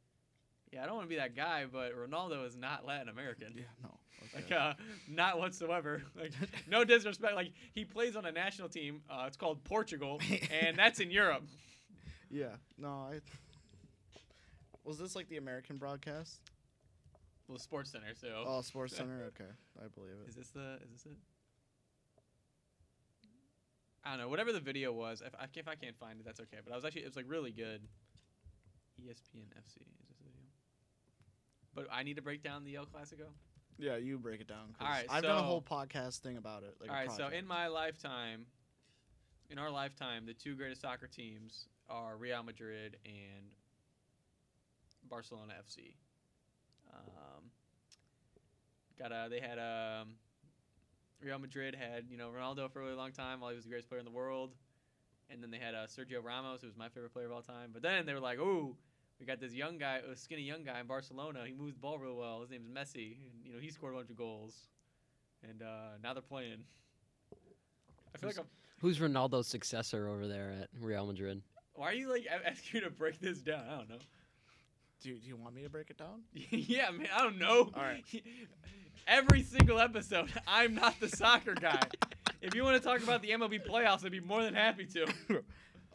[SPEAKER 2] yeah, I don't want to be that guy, but Ronaldo is not Latin American.
[SPEAKER 1] Yeah, no.
[SPEAKER 2] Like, uh, not whatsoever. Like, no disrespect. Like, he plays on a national team. Uh, it's called Portugal, and that's in Europe.
[SPEAKER 1] yeah, no. I was this like the American broadcast?
[SPEAKER 2] Well, Sports Center. So,
[SPEAKER 1] Oh, Sports Center. Okay, I believe it.
[SPEAKER 2] Is this the? Is this it? I don't know. Whatever the video was, if I, if I can't find it, that's okay. But I was actually, it was like really good. E ESPN FC. Is this the video? But I need to break down the El Clasico.
[SPEAKER 1] Yeah, you break it down. 'cause
[SPEAKER 2] Alright,
[SPEAKER 1] I've done a
[SPEAKER 2] so-
[SPEAKER 1] whole podcast thing about it. Like
[SPEAKER 2] All right. So in my lifetime, in our lifetime, the two greatest soccer teams are Real Madrid and Barcelona FC. Um, got a, they had um, Real Madrid had you know Ronaldo for a really long time while he was the greatest player in the world, and then they had uh, Sergio Ramos, who was my favorite player of all time. But then they were like, ooh. We got this young guy, a skinny young guy in Barcelona. He moves the ball real well. His name's Messi. And, you know, he scored a bunch of goals. And uh, now they're playing. I feel like I'm.
[SPEAKER 3] Who's Ronaldo's successor over there at Real Madrid?
[SPEAKER 2] Why are you like a- asking you to break this down? I don't know.
[SPEAKER 1] do, you- do you want me to break it down?
[SPEAKER 2] yeah, man, I don't know.
[SPEAKER 1] All right.
[SPEAKER 2] Every single episode, I'm not the soccer guy. if you want to talk about the MLB playoffs, I'd be more than happy to.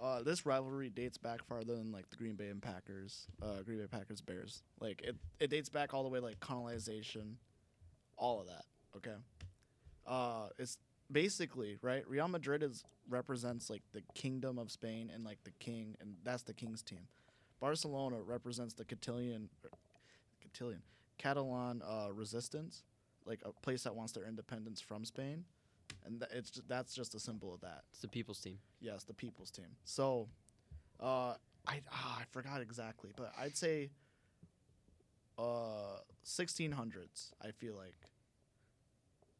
[SPEAKER 1] Uh, this rivalry dates back farther than like the Green Bay and Packers, uh, Green Bay Packers Bears. Like it, it dates back all the way like colonization, all of that. Okay, uh, it's basically right. Real Madrid is represents like the kingdom of Spain and like the king, and that's the king's team. Barcelona represents the Catilian, Catilian, Catalan uh, resistance, like a place that wants their independence from Spain, and th- it's ju- that's just a symbol of that.
[SPEAKER 3] It's the people's team.
[SPEAKER 1] Yes, the People's Team. So, uh, I ah, I forgot exactly, but I'd say, uh, 1600s. I feel like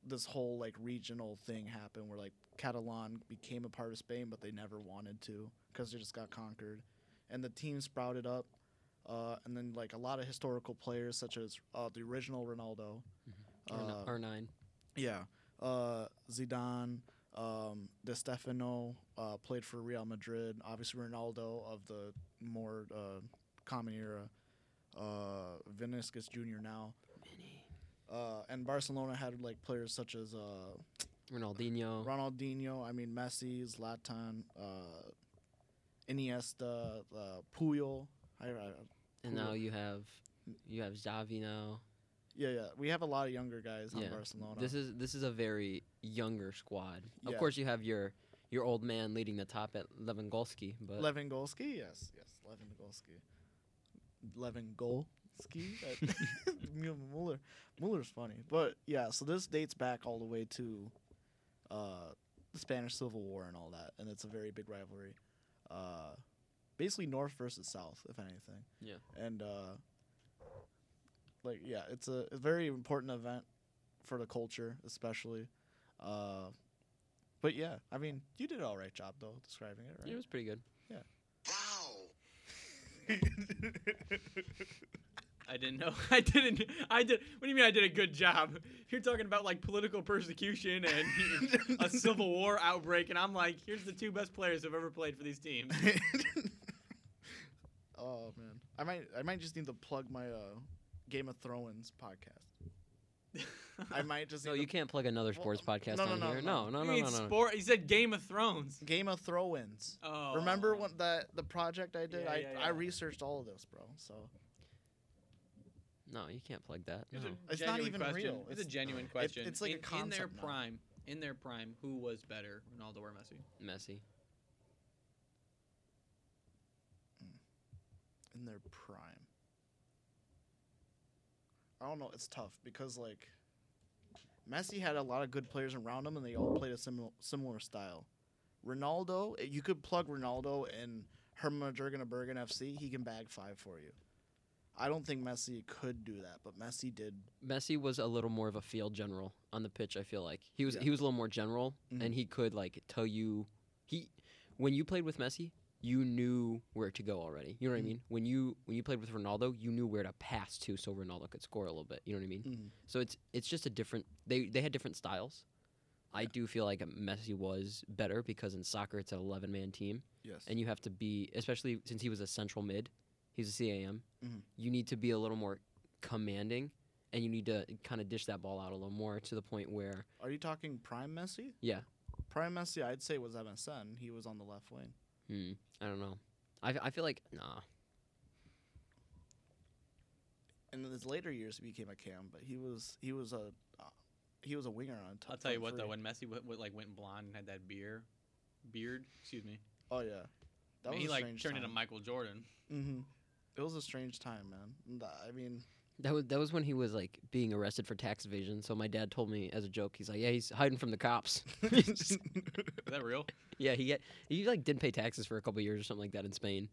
[SPEAKER 1] this whole like regional thing happened where like Catalan became a part of Spain, but they never wanted to because they just got conquered, and the team sprouted up. Uh, and then like a lot of historical players such as uh, the original Ronaldo,
[SPEAKER 3] R9.
[SPEAKER 1] uh,
[SPEAKER 3] R9.
[SPEAKER 1] yeah. Uh, Zidane, um, De Stefano uh, played for Real Madrid. Obviously, Ronaldo of the more uh, common era. Uh, Vinicius Jr. now. Uh, and Barcelona had like players such as uh,
[SPEAKER 3] Ronaldinho.
[SPEAKER 1] Ronaldinho. I mean, Messi, Zlatan, uh, Iniesta, uh, Puyol. I, I,
[SPEAKER 3] and now you have you have Xavi now.
[SPEAKER 1] yeah, yeah. We have a lot of younger guys on
[SPEAKER 3] Yeah.
[SPEAKER 1] Barcelona.
[SPEAKER 3] This is this is a very younger squad. Of
[SPEAKER 1] Yeah.
[SPEAKER 3] course you have your your old man leading the top at Lewandowski, but
[SPEAKER 1] Lewandowski, yes, yes, Lewandowski. Lewandowski. Ski. Mueller. Mueller's funny, but yeah. So this dates back all the way to uh, the Spanish Civil War and all that, and it's a very big rivalry. Uh, basically, North versus South, if anything.
[SPEAKER 3] Yeah.
[SPEAKER 1] And uh, like yeah, it's a, a very important event for the culture, especially. Uh, but yeah, I mean, you did an all right job though describing it, right?
[SPEAKER 3] It was pretty good.
[SPEAKER 2] I didn't know. I didn't. I did. What do you mean? I did a good job. You're talking about like political persecution and a civil war outbreak, and I'm like, here's the two best players who've ever played for these teams.
[SPEAKER 1] oh man, I might I might just need to plug my uh, Game of Thrones podcast. I might just
[SPEAKER 3] No,
[SPEAKER 1] need
[SPEAKER 3] you
[SPEAKER 1] to-
[SPEAKER 3] can't plug another
[SPEAKER 1] Well,
[SPEAKER 3] sports podcast
[SPEAKER 1] no, no,
[SPEAKER 3] on
[SPEAKER 1] no,
[SPEAKER 3] here.
[SPEAKER 1] no.
[SPEAKER 3] No, no,
[SPEAKER 2] You
[SPEAKER 3] no,
[SPEAKER 2] mean
[SPEAKER 3] no, no.
[SPEAKER 2] sport? He said Game of Thrones.
[SPEAKER 1] Game of Thrones.
[SPEAKER 2] Oh,
[SPEAKER 1] Remember when that the project I did?
[SPEAKER 2] Yeah,
[SPEAKER 1] I,
[SPEAKER 2] yeah,
[SPEAKER 1] I
[SPEAKER 2] yeah.
[SPEAKER 1] researched all of this, bro. So
[SPEAKER 3] No, you can't plug that.
[SPEAKER 2] It's,
[SPEAKER 3] No.
[SPEAKER 2] a
[SPEAKER 1] It's not
[SPEAKER 2] genuine
[SPEAKER 1] even
[SPEAKER 2] question.
[SPEAKER 1] real.
[SPEAKER 2] It's, a
[SPEAKER 1] It's-
[SPEAKER 2] genuine
[SPEAKER 1] it-
[SPEAKER 2] question.
[SPEAKER 1] it's like a
[SPEAKER 2] in, in their
[SPEAKER 1] concept now.
[SPEAKER 2] prime. In their prime, who was better, Ronaldo or Messi?
[SPEAKER 3] Messy.
[SPEAKER 1] in their prime. I don't know. It's tough because like Messi had a lot of good players around him, and they all played a similar similar style. Ronaldo, eh, you could plug Ronaldo in Hermann Jurgen of Bergen FC. He can bag five for you. I don't think Messi could do that, but Messi did.
[SPEAKER 3] Messi was a little more of a field general on the pitch. I feel like he was
[SPEAKER 1] Yeah.
[SPEAKER 3] he was a little more general,
[SPEAKER 1] Mhm.
[SPEAKER 3] and he could like tell you he when you played with Messi, you knew where to go already. You know what
[SPEAKER 1] Mhm.
[SPEAKER 3] I mean? When you when you played with Ronaldo, you knew where to pass to, so Ronaldo could score a little bit. You know what I mean?
[SPEAKER 1] Mhm.
[SPEAKER 3] So it's it's just a different they they had different styles. I do feel like Messi was better because in soccer it's an eleven man team.
[SPEAKER 1] Yes.
[SPEAKER 3] and you have to be especially since he was a central mid he's a cam
[SPEAKER 1] Mhm.
[SPEAKER 3] you need to be a little more commanding and you need to kind of dish that ball out a little more to the point where
[SPEAKER 1] Are you talking prime Messi?
[SPEAKER 3] Yeah.
[SPEAKER 1] Prime Messi, I'd say was MSN. He was on the left wing.
[SPEAKER 3] hmm, i don't know I, I feel like nah
[SPEAKER 1] and in his later years he became a cam, but he was he was a uh, he was a winger on top.
[SPEAKER 2] I'll tell you what though, when Messi went, went, like went blonde and had that beer, beard, excuse me,
[SPEAKER 1] oh yeah, that
[SPEAKER 2] I mean,
[SPEAKER 1] was
[SPEAKER 2] he
[SPEAKER 1] a
[SPEAKER 2] like
[SPEAKER 1] strange
[SPEAKER 2] turned
[SPEAKER 1] time.
[SPEAKER 2] into Michael Jordan.
[SPEAKER 1] hmm It was a strange time, man. And tha- I mean,
[SPEAKER 3] that was that was when he was like being arrested for tax evasion so my dad told me as a joke he's like yeah he's hiding from the cops
[SPEAKER 2] Is that real?
[SPEAKER 3] yeah he get, he like didn't pay taxes for a couple years or something like that in spain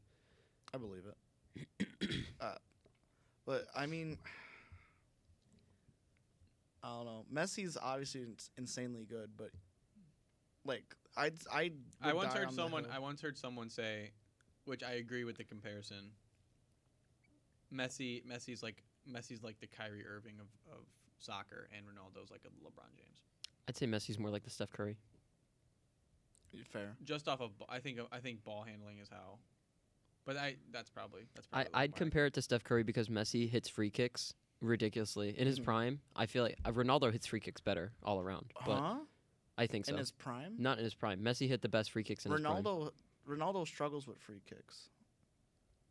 [SPEAKER 1] I believe it. uh, but I mean, I don't know. Messi's obviously ins- insanely good, but like I'd I
[SPEAKER 2] I
[SPEAKER 1] would
[SPEAKER 2] once
[SPEAKER 1] die
[SPEAKER 2] heard
[SPEAKER 1] on the
[SPEAKER 2] someone.
[SPEAKER 1] hill.
[SPEAKER 2] I once heard someone say, which I agree with the comparison. Messi, Messi's like Messi's like the Kyrie Irving of, of soccer, and Ronaldo's like a LeBron James.
[SPEAKER 3] i'd say messi's more like the steph curry
[SPEAKER 1] fair.
[SPEAKER 2] Just off of, b- I think I think ball handling is how, but I that's probably that's.
[SPEAKER 3] I,
[SPEAKER 2] Probably
[SPEAKER 3] I'd
[SPEAKER 2] LeBron.
[SPEAKER 3] compare it to Steph Curry because Messi hits free kicks ridiculously in his
[SPEAKER 1] Mhm.
[SPEAKER 3] prime. I feel like uh, Ronaldo hits free kicks better all around, but
[SPEAKER 1] huh?
[SPEAKER 3] I think so.
[SPEAKER 1] Uh-huh. In his prime,
[SPEAKER 3] Not in his prime. Messi hit the best free kicks in his prime.
[SPEAKER 1] Ronaldo Ronaldo struggles with free kicks.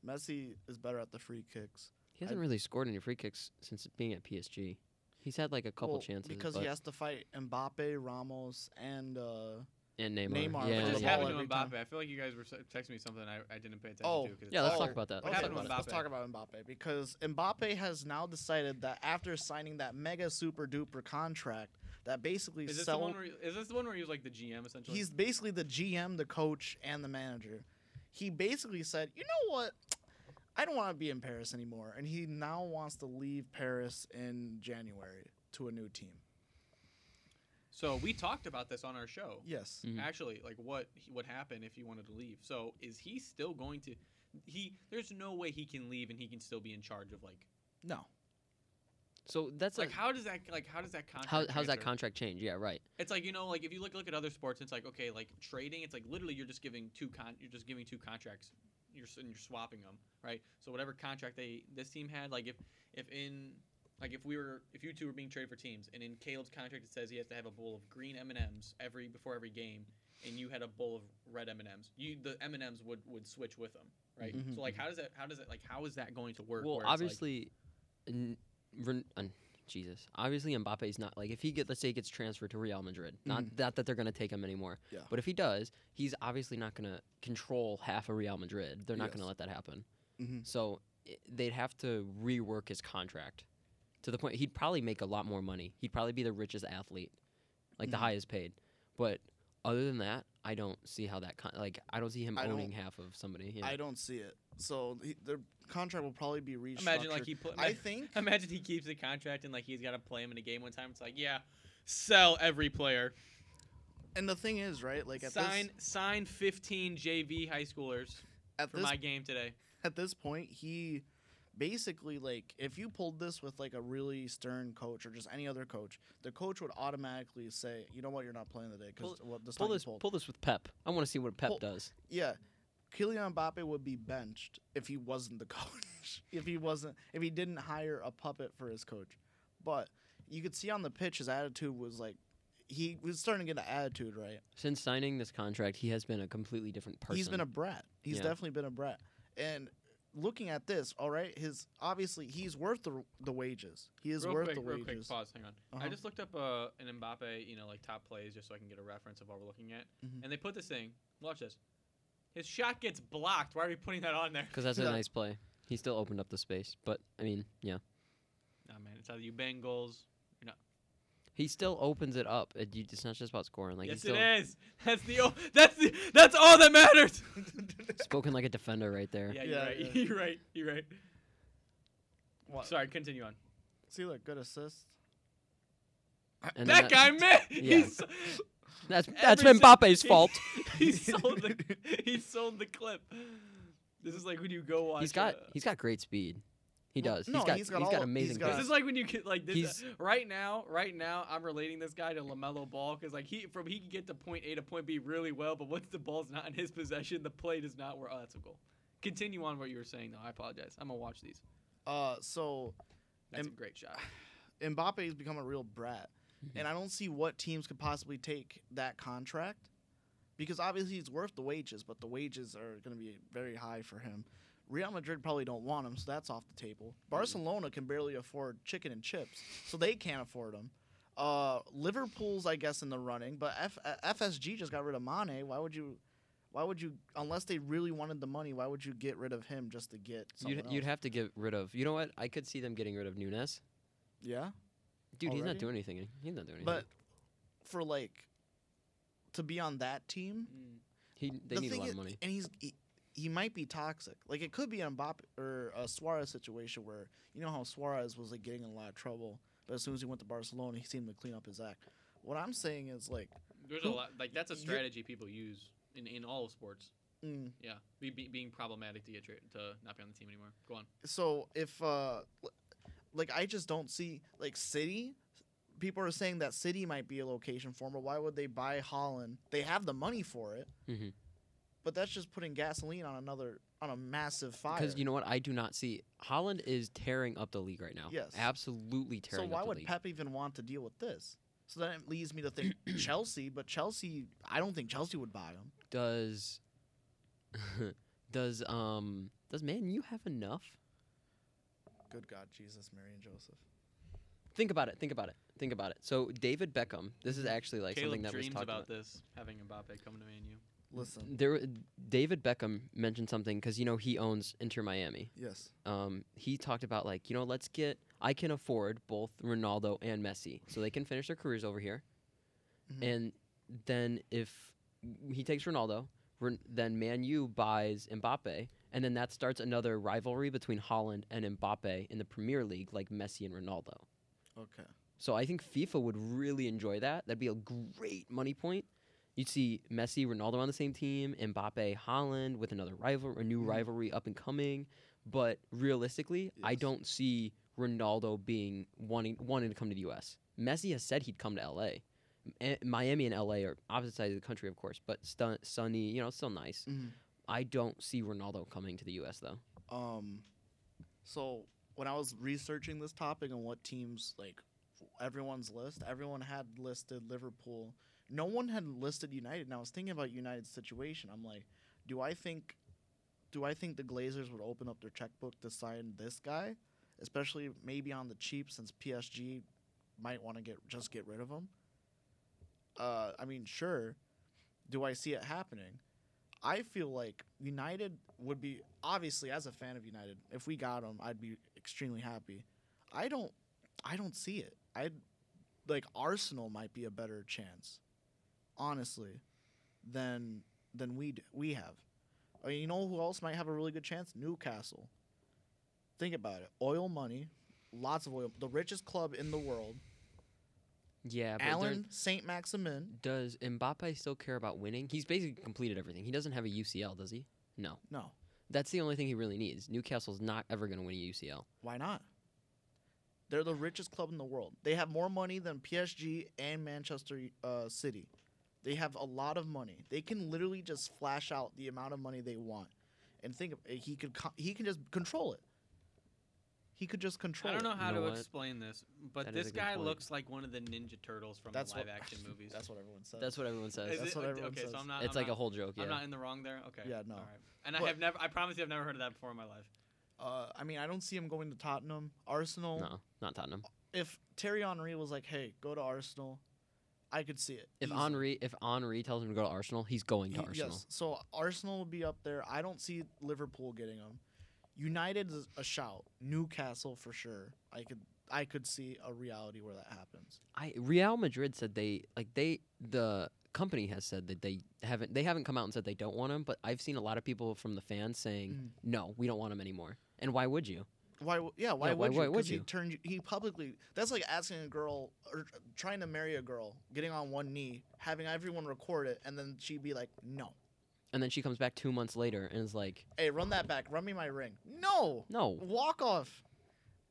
[SPEAKER 1] Messi is better at the free kicks.
[SPEAKER 3] He hasn't really scored any free kicks since being at PSG. He's had like a couple
[SPEAKER 1] Well,
[SPEAKER 3] chances
[SPEAKER 1] because
[SPEAKER 3] but-
[SPEAKER 1] he has to fight Mbappe, Ramos, and uh,
[SPEAKER 3] and Neymar.
[SPEAKER 1] Neymar
[SPEAKER 3] Yeah,
[SPEAKER 2] What
[SPEAKER 1] for
[SPEAKER 3] yeah,
[SPEAKER 2] just
[SPEAKER 1] the ball
[SPEAKER 3] yeah.
[SPEAKER 2] happened to
[SPEAKER 1] every
[SPEAKER 2] Mbappe?
[SPEAKER 1] time.
[SPEAKER 2] I feel like you guys were se- texting me something I, I didn't pay attention
[SPEAKER 1] Oh.
[SPEAKER 2] to. 'cause it's
[SPEAKER 3] Yeah, let's
[SPEAKER 2] all-
[SPEAKER 3] talk about that.
[SPEAKER 2] What
[SPEAKER 3] Let's talk
[SPEAKER 2] happened
[SPEAKER 3] about
[SPEAKER 2] with
[SPEAKER 3] it.
[SPEAKER 1] let's talk about Mbappe because Mbappe has now decided that after signing that mega super duper contract that basically
[SPEAKER 2] Is this the
[SPEAKER 1] sell-
[SPEAKER 2] one where he- is this the one where he was like the GM essentially?
[SPEAKER 1] he's basically the GM, the coach, and the manager. He basically said, "You know what? I don't want to be in Paris anymore," and he now wants to leave Paris in January to a new team.
[SPEAKER 2] so we talked about this on our show.
[SPEAKER 1] Yes.
[SPEAKER 3] Mhm.
[SPEAKER 2] actually like what what happened if he wanted to leave so is he still going to he there's no way he can leave and he can still be in charge of like
[SPEAKER 1] No.
[SPEAKER 3] So
[SPEAKER 2] it's
[SPEAKER 3] that's
[SPEAKER 2] like
[SPEAKER 3] like,
[SPEAKER 2] how does that like how does that contract
[SPEAKER 3] how, how's that
[SPEAKER 2] transfer-
[SPEAKER 3] contract change? Yeah, right.
[SPEAKER 2] it's like you know like if you look look at other sports it's like okay like trading it's like literally you're just giving two con you're just giving two contracts you're s- and you're swapping them right so whatever contract they this team had like if if in like if we were if you two were being traded for teams and in Caleb's contract it says he has to have a bowl of green M&Ms every before every game and you had a bowl of red M&Ms you the M&Ms would would switch with them right
[SPEAKER 1] Mhm.
[SPEAKER 2] so like how does that how does it like how is that going to work
[SPEAKER 3] Mm-hmm. Well,
[SPEAKER 2] where it's like-
[SPEAKER 3] obviously, n- Ren- uh, Jesus. Obviously, Mbappe is not like if he get let's say he gets transferred to Real Madrid. Not that that they're going to take him anymore.
[SPEAKER 1] Mm. Yeah.
[SPEAKER 3] But if he does, he's obviously not going to control half of Real Madrid. They're not going
[SPEAKER 1] Yes.
[SPEAKER 3] to let that happen.
[SPEAKER 1] Mhm.
[SPEAKER 3] So i- they'd have to rework his contract to the point he'd probably make a lot more money. He'd probably be the richest athlete, like the
[SPEAKER 1] Mhm.
[SPEAKER 3] highest paid. But other than that, I don't see how that con- like I don't see him
[SPEAKER 1] I don't-
[SPEAKER 3] owning half of somebody. Yeah.
[SPEAKER 1] I don't see it. So he, their contract will probably be restructured.
[SPEAKER 2] Imagine like he put.
[SPEAKER 1] I think
[SPEAKER 2] Imagine he keeps the contract and like he's got to play him in a game one time. It's like, yeah, sell every player.
[SPEAKER 1] and the thing is, right? Like at
[SPEAKER 2] sign
[SPEAKER 1] this
[SPEAKER 2] sign 15 JV high schoolers
[SPEAKER 1] at
[SPEAKER 2] for
[SPEAKER 1] this
[SPEAKER 2] my game today.
[SPEAKER 1] at this point, he basically like if you pulled this with like a really stern coach or just any other coach, the coach would automatically say, "You know what? You're not playing today because what this
[SPEAKER 3] pull
[SPEAKER 1] not you
[SPEAKER 3] this
[SPEAKER 1] pulled."
[SPEAKER 3] pull this with Pep. I want to see what Pep
[SPEAKER 1] Pull-
[SPEAKER 3] does.
[SPEAKER 1] Yeah, Kylian Mbappe would be benched if he wasn't the coach. if he wasn't, if he didn't hire a puppet for his coach. But you could see on the pitch, his attitude was like he was starting to get an attitude, right?
[SPEAKER 3] Since signing this contract, he has been a completely different person.
[SPEAKER 1] He's been a brat. He's
[SPEAKER 3] Yeah.
[SPEAKER 1] definitely been a brat. And looking at this, all right, his obviously he's worth the the wages. He is
[SPEAKER 2] real
[SPEAKER 1] worth
[SPEAKER 2] quick,
[SPEAKER 1] the
[SPEAKER 2] real
[SPEAKER 1] wages.
[SPEAKER 2] quick, pause. Hang on. I
[SPEAKER 1] Uh-huh.
[SPEAKER 2] just looked up uh, an Mbappe, you know, like top plays just so I can get a reference of what we're looking at.
[SPEAKER 1] Mhm.
[SPEAKER 2] And they put this thing. Watch this. His shot gets blocked. Why are we putting that on there?
[SPEAKER 3] because that's a
[SPEAKER 1] Yeah.
[SPEAKER 3] nice play. He still opened up the space, but I mean, yeah,
[SPEAKER 2] Nah, man. It's either you Bengals.
[SPEAKER 3] he still opens it up. It, you, it's not just about scoring. Like
[SPEAKER 2] yes,
[SPEAKER 3] he's still
[SPEAKER 2] it is. That's the. o- That's the. That's all that matters.
[SPEAKER 3] spoken like a defender right there.
[SPEAKER 2] yeah, you're
[SPEAKER 1] Yeah,
[SPEAKER 2] right.
[SPEAKER 1] yeah.
[SPEAKER 2] You're right. You're right.
[SPEAKER 1] What?
[SPEAKER 2] Sorry. Continue on.
[SPEAKER 1] See, look, good assist.
[SPEAKER 3] And then
[SPEAKER 2] that guy missed.
[SPEAKER 3] yeah.
[SPEAKER 2] He's,
[SPEAKER 3] That's that's
[SPEAKER 2] Every single
[SPEAKER 3] Mbappe's
[SPEAKER 2] team-
[SPEAKER 3] fault.
[SPEAKER 2] he sold the. He sold the clip. This is like when you go watch.
[SPEAKER 3] He's got
[SPEAKER 2] uh,
[SPEAKER 3] he's got great speed. He
[SPEAKER 1] Well,
[SPEAKER 3] does.
[SPEAKER 1] no,
[SPEAKER 3] he's got
[SPEAKER 1] he's got
[SPEAKER 3] he's
[SPEAKER 1] all-
[SPEAKER 3] got
[SPEAKER 1] he's
[SPEAKER 3] amazing.
[SPEAKER 1] got-
[SPEAKER 2] This
[SPEAKER 3] pace.
[SPEAKER 2] is like when you get like this. uh,
[SPEAKER 3] He's-
[SPEAKER 2] right now, right now, I'm relating this guy to Lamelo Ball because like he from he can get to point A to point B really well, but once the ball's not in his possession, the play does not work. Oh, that's a goal. Continue on what you were saying though. I apologize. I'm gonna watch these.
[SPEAKER 1] Uh, so
[SPEAKER 2] That's a
[SPEAKER 1] Em-
[SPEAKER 2] great shot.
[SPEAKER 1] Mbappe has become a real brat,
[SPEAKER 3] Mm-hmm.
[SPEAKER 1] and I don't see what teams could possibly take that contract because obviously he's worth the wages, but the wages are going to be very high for him. Real Madrid probably don't want him, so that's off the table.
[SPEAKER 3] Mm-hmm.
[SPEAKER 1] Barcelona can barely afford chicken and chips, so they can't afford him. Uh, Liverpool's, I guess, in the running, but F- uh, FSG just got rid of Mane. Why would you? Why would you? Unless they really wanted the money, why would you get rid of him just to get? Someone
[SPEAKER 3] You'd, you'd
[SPEAKER 1] else?
[SPEAKER 3] have to get rid of. You know what? I could see them getting rid of Nunes.
[SPEAKER 1] yeah.
[SPEAKER 3] Dude, he's not
[SPEAKER 1] Already?
[SPEAKER 3] doing anything. He's not doing anything.
[SPEAKER 1] But for like to be on that team,
[SPEAKER 2] Mm.
[SPEAKER 3] he, they
[SPEAKER 1] the
[SPEAKER 3] need a
[SPEAKER 1] thing
[SPEAKER 3] lot of
[SPEAKER 1] is-
[SPEAKER 3] money.
[SPEAKER 1] and he's he, he might be toxic. Like it could be an Mbappe or a Suarez situation where you know how Suarez was like getting in a lot of trouble, but as soon as he went to Barcelona, he seemed to clean up his act. What I'm saying is like,
[SPEAKER 2] There's a
[SPEAKER 1] Who-
[SPEAKER 2] lot like that's a
[SPEAKER 1] You're-
[SPEAKER 2] strategy people use in, in all of sports.
[SPEAKER 1] mm,
[SPEAKER 2] Yeah, be, be, being problematic to get tra- to not be on the team anymore. Go on.
[SPEAKER 1] so if uh l- like I just don't see like City. People are saying that City might be a location for him, but why would they buy Holland? They have the money for it,
[SPEAKER 3] Mhm.
[SPEAKER 1] but that's just putting gasoline on another on a massive fire.
[SPEAKER 3] Because you know what? I do not see Holland is tearing up the league right now.
[SPEAKER 1] Yes.
[SPEAKER 3] absolutely tearing
[SPEAKER 1] So why
[SPEAKER 3] up the
[SPEAKER 1] would
[SPEAKER 3] league.
[SPEAKER 1] Pep even want to deal with this? So then it leads me to think Chelsea, but Chelsea, I don't think Chelsea would buy him.
[SPEAKER 3] does does um does man you have enough?
[SPEAKER 1] Good God, Jesus, Mary and Joseph.
[SPEAKER 3] Think about it. Think about it. Think about it. So David Beckham. This
[SPEAKER 1] Mm-hmm.
[SPEAKER 3] is actually like
[SPEAKER 2] Caleb
[SPEAKER 3] something that was
[SPEAKER 2] dreams
[SPEAKER 3] talked
[SPEAKER 2] about this having Mbappe coming to Man U.
[SPEAKER 1] Listen,
[SPEAKER 3] There, David Beckham mentioned something because you know he owns Inter Miami.
[SPEAKER 1] yes,
[SPEAKER 3] Um, he talked about like you know let's get I can afford both Ronaldo and Messi so they can finish their careers over here,
[SPEAKER 1] Mhm.
[SPEAKER 3] and then if he takes Ronaldo, Ren- then Man U buys Mbappe, and then that starts another rivalry between Holland and Mbappe in the Premier League like Messi and Ronaldo.
[SPEAKER 1] okay.
[SPEAKER 3] So I think FIFA would really enjoy that. That'd be a great money point. You'd see Messi, Ronaldo on the same team, Mbappe, Holland with another rival, a new
[SPEAKER 1] Mhm.
[SPEAKER 3] rivalry up and coming. But realistically, I
[SPEAKER 1] Yes.
[SPEAKER 3] don't see Ronaldo being wanting wanting to come to the U.S. Messi has said he'd come to L.A. M- eh, Miami and L.A. are opposite sides of the country, of course, but stu- sunny, you know, still nice.
[SPEAKER 1] Mhm.
[SPEAKER 3] I don't see Ronaldo coming to the U.S. though.
[SPEAKER 1] Um, so when I was researching this topic and what teams like everyone's list, everyone had listed Liverpool. No one had listed United. And I was thinking about United's situation. I'm like, do I think, do I think the Glazers would open up their checkbook to sign this guy, especially maybe on the cheap since PSG might want to get just get rid of him. Uh, I mean, sure. Do I see it happening? I feel like United would be obviously as a fan of United, if we got him, I'd be extremely happy. I don't I don't see it. I like Arsenal might be a better chance, honestly, than than we d- we have. I mean, you know who else might have a really good chance? Newcastle. Think about it. Oil money, lots of oil. The richest club in the world.
[SPEAKER 3] Yeah, but there-
[SPEAKER 1] Alan Saint Maximin.
[SPEAKER 3] does Mbappe still care about winning? He's basically completed everything. He doesn't have a UCL, does he? No.
[SPEAKER 1] No,
[SPEAKER 3] That's the only thing he really needs. Newcastle's not ever going to win a UCL.
[SPEAKER 1] why not? They're the richest club in the world. They have more money than PSG and Manchester uh, City. They have a lot of money. They can literally just flash out the amount of money they want, and think of, he could co- he can just control it. He could just
[SPEAKER 2] I
[SPEAKER 1] control.
[SPEAKER 2] don't know
[SPEAKER 1] it.
[SPEAKER 2] how
[SPEAKER 3] know
[SPEAKER 2] to
[SPEAKER 3] what?
[SPEAKER 2] explain this, but
[SPEAKER 3] That is a
[SPEAKER 2] this
[SPEAKER 3] good
[SPEAKER 2] guy
[SPEAKER 3] point.
[SPEAKER 2] looks like one of the Ninja Turtles from
[SPEAKER 1] That's
[SPEAKER 2] the live
[SPEAKER 1] what-
[SPEAKER 2] action movies.
[SPEAKER 1] That's what everyone says.
[SPEAKER 3] That's what everyone says.
[SPEAKER 2] Is
[SPEAKER 1] That's
[SPEAKER 2] it-
[SPEAKER 1] what everyone
[SPEAKER 2] okay,
[SPEAKER 1] says.
[SPEAKER 2] so I'm not.
[SPEAKER 3] it's
[SPEAKER 2] I'm
[SPEAKER 3] like
[SPEAKER 2] not,
[SPEAKER 3] a whole joke, yeah.
[SPEAKER 2] I'm not in the wrong there. Okay.
[SPEAKER 1] Yeah, no.
[SPEAKER 2] All right. And I
[SPEAKER 1] But-
[SPEAKER 2] have never. I promise you, I've never heard of that before in my life.
[SPEAKER 1] Uh, I mean, I don't see him going to Tottenham, Arsenal.
[SPEAKER 3] no, not Tottenham.
[SPEAKER 2] Oh,
[SPEAKER 1] If Terry Henry was like, "Hey, go to Arsenal," I could see it.
[SPEAKER 3] If
[SPEAKER 1] easily.
[SPEAKER 3] Henri if Henri tells him to go to Arsenal, he's going to
[SPEAKER 1] Ye-
[SPEAKER 3] Arsenal.
[SPEAKER 1] Yes. So Arsenal will be up there. I don't see Liverpool getting them. United is a shout. Newcastle for sure. I could I could see a reality where that happens.
[SPEAKER 3] I Real Madrid said they like they the company has said that they haven't they haven't come out and said they don't want him, but I've seen a lot of people from the fans saying
[SPEAKER 2] Mm.
[SPEAKER 1] Mhm.
[SPEAKER 3] no, we don't want him anymore. And why would you?
[SPEAKER 1] Why? w- Yeah. Why
[SPEAKER 3] Yeah, why-
[SPEAKER 1] would you?
[SPEAKER 3] why would
[SPEAKER 1] 'Cause
[SPEAKER 3] you?
[SPEAKER 1] He turned. you- He publicly. That's like asking a girl or trying to marry a girl, getting on one knee, having everyone record it, and then she'd be like, "No,
[SPEAKER 3] And then she comes back two months later and is like,
[SPEAKER 1] hey, run that back. Run me my ring. No.
[SPEAKER 3] no,
[SPEAKER 1] Walk off,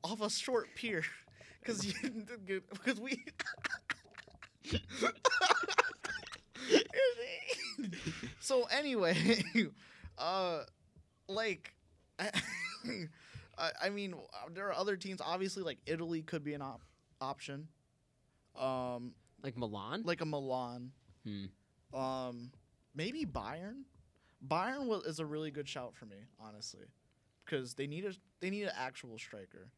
[SPEAKER 1] off a short pier, because you because we. so anyway, uh, like, I, I I mean, there are other teams. Obviously, like Italy could be an op- option. Um,
[SPEAKER 3] like Milan.
[SPEAKER 1] like a Milan.
[SPEAKER 3] Hmm.
[SPEAKER 1] Um, maybe Bayern. Bayern was is a really good shout for me, honestly, because they need a they need an actual striker.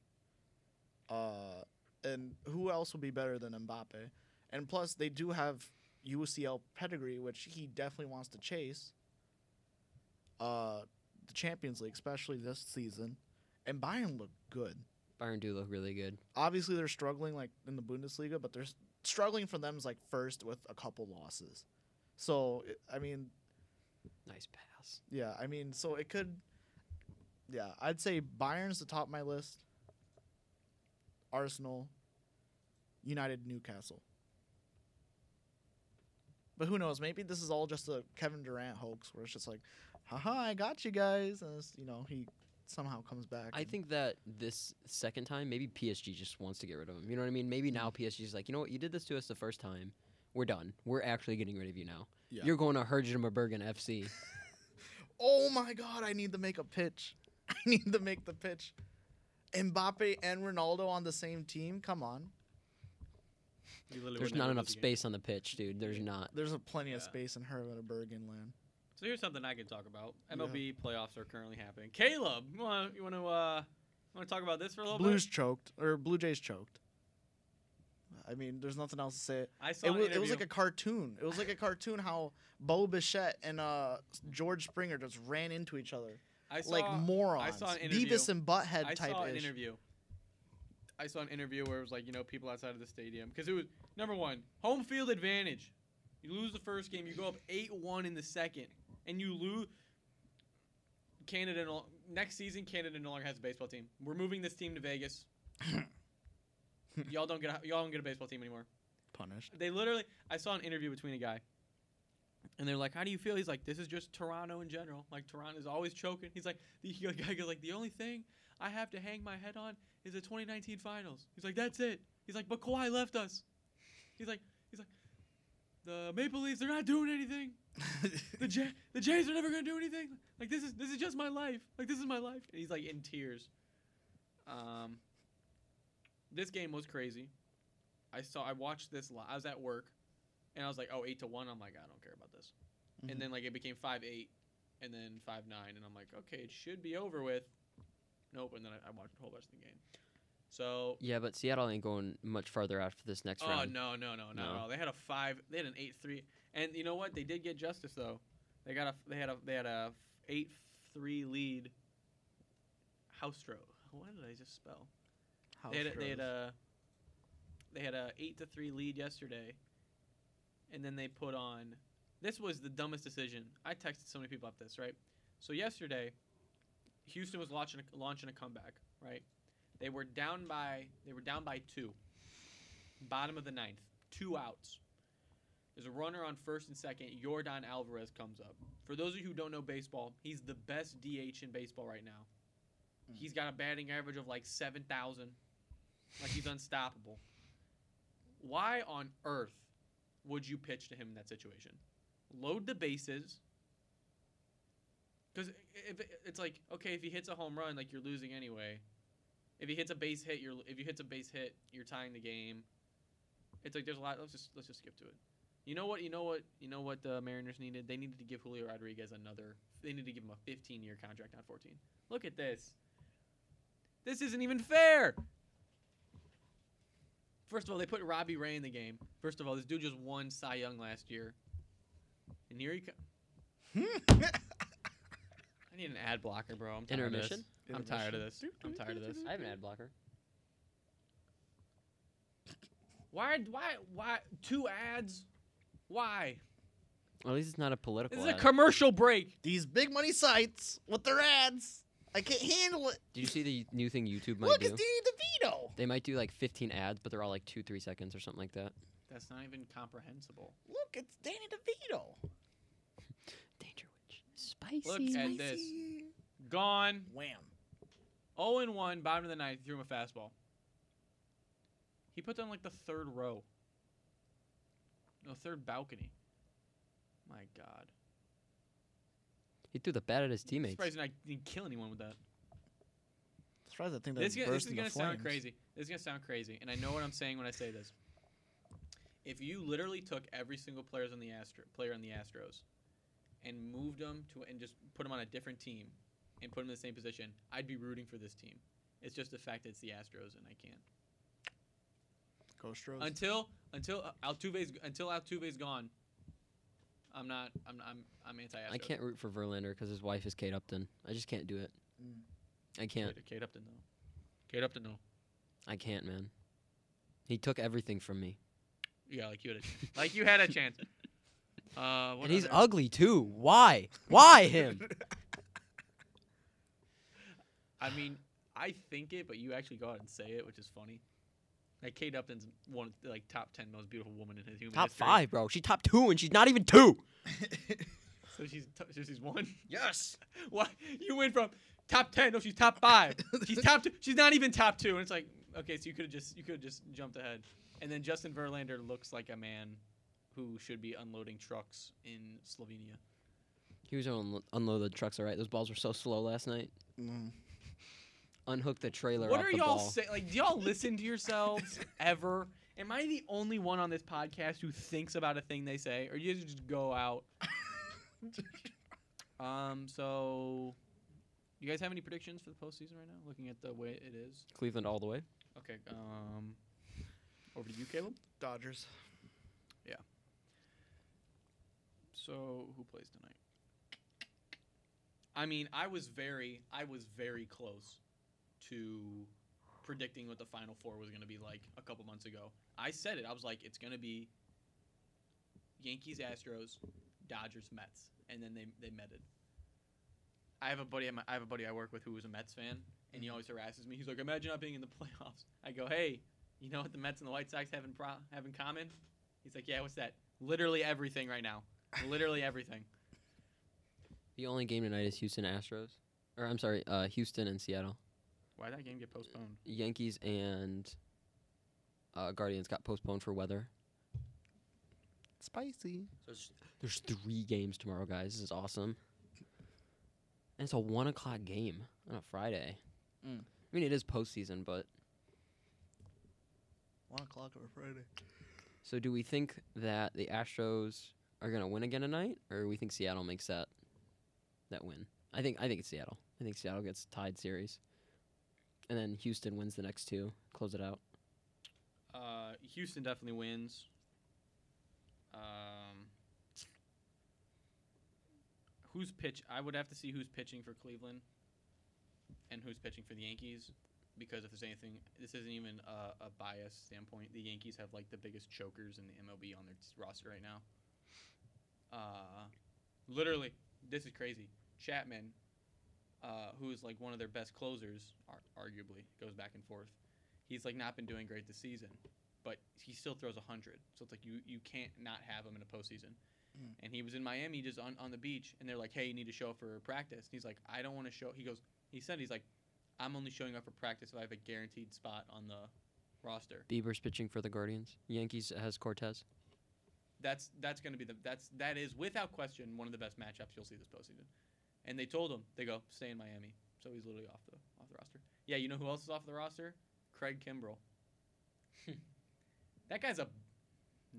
[SPEAKER 1] Uh, and who else would be better than Mbappe? And plus, they do have UCL pedigree, which he definitely wants to chase. Uh, the Champions League, especially this season, and Bayern look good.
[SPEAKER 3] Bayern do look really good.
[SPEAKER 1] Obviously, they're struggling like in the Bundesliga, but they're s- struggling for them is like first with a couple losses. So it- I mean,
[SPEAKER 3] Nice pass.
[SPEAKER 1] yeah, I mean, so it could. Yeah, I'd say Bayern's the top of my list. Arsenal, United, Newcastle. But who knows? Maybe this is all just a Kevin Durant hoax, where it's just like, "Haha, I got you guys," and it's, you know he somehow comes back.
[SPEAKER 3] I
[SPEAKER 1] and-
[SPEAKER 3] think that this second time, maybe PSG just wants to get rid of him. You know what I mean? Maybe now PSG's like, you know what? You did this to us the first time. We're done. We're actually getting rid of you now.
[SPEAKER 1] Yeah.
[SPEAKER 3] You're going to Hergena Bergen FC.
[SPEAKER 1] Oh my God, I need to make a pitch. I need to make the pitch. Mbappe and Ronaldo on the same team? Come on.
[SPEAKER 2] You literally
[SPEAKER 3] There's
[SPEAKER 2] would never
[SPEAKER 3] not enough
[SPEAKER 2] lose a game.
[SPEAKER 3] space on the pitch, dude. There's not.
[SPEAKER 1] There's a plenty of
[SPEAKER 2] Yeah.
[SPEAKER 1] space in Herrenberg and land.
[SPEAKER 2] So here's something I can talk about.
[SPEAKER 1] Yeah.
[SPEAKER 2] MLB playoffs are currently happening. Caleb, you want to you want to uh, want to talk about this for a little
[SPEAKER 1] Blues
[SPEAKER 2] bit?
[SPEAKER 1] choked, or Blue Jays choked. I mean, there's nothing else to say. It
[SPEAKER 2] I saw
[SPEAKER 1] wa-
[SPEAKER 2] an
[SPEAKER 1] it was
[SPEAKER 2] interview.
[SPEAKER 1] like a cartoon. It was like a cartoon how Bo Bichette and uh, George Springer just ran into each other
[SPEAKER 2] I saw,
[SPEAKER 1] like morons.
[SPEAKER 2] an interview.
[SPEAKER 1] Beavis and Butthead
[SPEAKER 2] I
[SPEAKER 1] type
[SPEAKER 2] saw an
[SPEAKER 1] ish.
[SPEAKER 2] interview. I saw an interview where it was like, you know, people outside of the stadium. Because it was, number one, home field advantage. You lose the first game, you go up 8 1 in the second, and you lose. Canada, no- next season, Canada no longer has a baseball team. We're moving this team to Vegas. y'all don't get a, y'all don't get a baseball team anymore.
[SPEAKER 1] Punished.
[SPEAKER 2] They literally, I saw an interview between a guy, and they're like, "How do you feel?" He's like, "This is just Toronto in general. Like Toronto's always choking." He's like, the the guy goes like, "The only thing I have to hang my head on is the 2019 Finals." He's like, "That's it." He's like, "But Kawhi left us." He's like, he's like, the Maple Leafs they're not doing anything. The J- the Jays are never gonna do anything. Like this is this is just my life. Like this is my life. And he's like in tears. Um, this game was crazy. I saw I watched this. Li- I was at work, and I was like, oh, eight to one. I'm like, I don't care about this.
[SPEAKER 1] Mhm.
[SPEAKER 2] And then like it became five eight, and then five nine, and I'm like, okay, it should be over with. Nope. And then I, I watched the whole rest of the game. So.
[SPEAKER 3] Yeah, but Seattle ain't going much farther after this next
[SPEAKER 2] Oh
[SPEAKER 3] round.
[SPEAKER 2] no no no not
[SPEAKER 3] No.
[SPEAKER 2] at all. They had a five. They had an eight three. And you know what? They did get justice though. They got a they had a they had a eight three lead. Houstro. What did I just spell? they had, a- they had a they had a eight to three lead yesterday, and then they put on. This was the dumbest decision. I texted so many people about this, right? So yesterday, Houston was launching a, launching a comeback, right? They were down by they were down by two. Bottom of the ninth, two outs. There's a runner on first and second. Jordan Alvarez comes up. For those of you who don't know baseball, he's the best DH in baseball right now.
[SPEAKER 1] Mm.
[SPEAKER 2] He's got a batting average of like seven thousand. Like he's unstoppable. Why on earth would you pitch to him in that situation? Load the bases. Because if it- it's like okay, if he hits a home run, like you're losing anyway. If he hits a base hit, you're if you hits a base hit, you're tying the game. It's like there's a lot. Let's just let's just skip to it. You know what? You know what? You know what the Mariners needed? They needed to give Julio Rodriguez another. They need to give him a 15-year contract, not 14. Look at this. This isn't even fair. First of all, they put Robbie Ray in the game. First of all, this dude just won Cy Young last year, and here he comes. I need an ad blocker, bro. I'm tired
[SPEAKER 3] Intermission?
[SPEAKER 2] Of this. I'm tired of this. I'm tired of this.
[SPEAKER 3] I have an ad blocker.
[SPEAKER 2] Why? Why? Why? Two ads? Why?
[SPEAKER 3] At least it's not a political.
[SPEAKER 2] This is a
[SPEAKER 3] ad.
[SPEAKER 2] commercial break.
[SPEAKER 1] These big money sites with their ads. I can't handle it.
[SPEAKER 3] Did you see the new thing YouTube might
[SPEAKER 1] Look,
[SPEAKER 3] do?
[SPEAKER 1] it's Danny DeVito.
[SPEAKER 3] They might do like 15 ads, but they're all like two, three seconds or something like that.
[SPEAKER 2] That's not even comprehensible.
[SPEAKER 1] Look, it's Danny DeVito.
[SPEAKER 3] Danger Witch. Spicy.
[SPEAKER 2] Look at this.
[SPEAKER 1] Spicy.
[SPEAKER 2] Gone.
[SPEAKER 1] Wham.
[SPEAKER 2] 0 and 1, bottom of the ninth, threw him a fastball. He put down like the third row. No, third balcony. My God.
[SPEAKER 3] He threw the bat at his
[SPEAKER 2] I'm
[SPEAKER 3] teammates.
[SPEAKER 2] surprised he not- didn't kill anyone with that.
[SPEAKER 1] Surprised that thing that
[SPEAKER 2] This, is gonna- this
[SPEAKER 1] burst
[SPEAKER 2] is
[SPEAKER 1] into
[SPEAKER 2] going to
[SPEAKER 1] flames.
[SPEAKER 2] sound crazy. This is going to sound crazy. And I know what I'm saying when I say this. If you literally took every single players on the Astro, player on the Astros and moved them to and just put them on a different team and put them in the same position, I'd be rooting for this team. It's just the fact that it's the Astros and I can't.
[SPEAKER 1] Go Astros.
[SPEAKER 2] until until uh, Altuve's until Altuve's gone. I'm not. I'm. I'm. I'm anti.
[SPEAKER 3] I can't root for Verlander because his wife is Kate Upton. I just can't do it.
[SPEAKER 1] Mm.
[SPEAKER 3] I can't.
[SPEAKER 2] Kate Upton though. Kate Upton though.
[SPEAKER 3] I can't, man. He took everything from me.
[SPEAKER 2] Yeah, like you had a like you had a chance. Uh, what
[SPEAKER 3] and he's
[SPEAKER 2] other-
[SPEAKER 3] ugly too. Why? Why him?
[SPEAKER 2] I mean, I think it, but you actually go out and say it, which is funny. Like Kate Upton's one of the, like top ten most beautiful woman in his human
[SPEAKER 3] top
[SPEAKER 2] history.
[SPEAKER 3] five, bro. She top two, and she's not even two.
[SPEAKER 2] So she's t- so she's one.
[SPEAKER 1] yes.
[SPEAKER 2] Why you went from top ten? No, she's top five. she's top two. She's not even top two. And it's like, okay, so you could have just you could have just jumped ahead. And then Justin Verlander looks like a man who should be unloading trucks in Slovenia.
[SPEAKER 3] He was on unloaded trucks. All right, those balls were so slow last night.
[SPEAKER 1] Mm.
[SPEAKER 3] Unhook the trailer.
[SPEAKER 2] What
[SPEAKER 3] off
[SPEAKER 2] are
[SPEAKER 3] the
[SPEAKER 2] y'all
[SPEAKER 3] ball.
[SPEAKER 2] saying? Like, do y'all listen to yourselves ever? Am I the only one on this podcast who thinks about a thing they say, or you just go out? um. So, you guys have any predictions for the postseason right now? Looking at the way it is.
[SPEAKER 3] Cleveland all the way.
[SPEAKER 2] Okay. Um, over to you, Caleb.
[SPEAKER 1] Dodgers.
[SPEAKER 2] So who plays tonight? I mean, I was very, I was very close to predicting what the final four was going to be like a couple months ago. I said it. I was like, it's going to be Yankees, Astros, Dodgers, Mets, and then they they met it. I have a buddy. at my- I have a buddy I work with who was a Mets fan, and he always harasses me. He's like, imagine not being in the playoffs. I go, hey, you know what the Mets and the White Sox have in pro- have in common? He's like, yeah, what's that? Literally everything right now. Literally everything.
[SPEAKER 3] The only game tonight is Houston Astros, or I'm sorry, uh, Houston and Seattle.
[SPEAKER 2] Why that game get postponed?
[SPEAKER 3] Yankees and uh, Guardians got postponed for weather.
[SPEAKER 1] Spicy.
[SPEAKER 3] So it's, there's three games tomorrow, guys. This is awesome. And it's a one o'clock game on a Friday.
[SPEAKER 1] Mm.
[SPEAKER 3] I mean, it is postseason, but
[SPEAKER 1] One o'clock on a Friday.
[SPEAKER 3] so do we think that the Astros are gonna win again tonight, or we think Seattle makes that that win? I think I think it's Seattle. I think Seattle gets tied series, and then Houston wins the next two, close it out.
[SPEAKER 2] Uh, Houston definitely wins. Um, who's pitch? I would have to see who's pitching for Cleveland and who's pitching for the Yankees, because if there's anything, this isn't even a, a bias standpoint. The Yankees have like the biggest chokers in the MLB on their s- roster right now. Uh, literally, this is crazy. Chapman, uh, who is like one of their best closers, ar- arguably goes back and forth. He's like not been doing great this season, but he still throws hundred. So it's like you you can't not have him in a postseason and he was in Miami just on, on the beach and they're like, Hey, you need to show up for practice. And he's like, I don't want to show he goes he said he's like, I'm only showing up for practice if I have a guaranteed spot on the roster.
[SPEAKER 3] Bieber's pitching for the Guardians. Yankees has Cortez.
[SPEAKER 2] That's that's gonna be the that's that is without question one of the best matchups you'll see this postseason. And they told him, they go, stay in Miami. So he's literally off the off the roster. Yeah, you know who else is off the roster? Craig Kimbrell. Hmm. that guy's a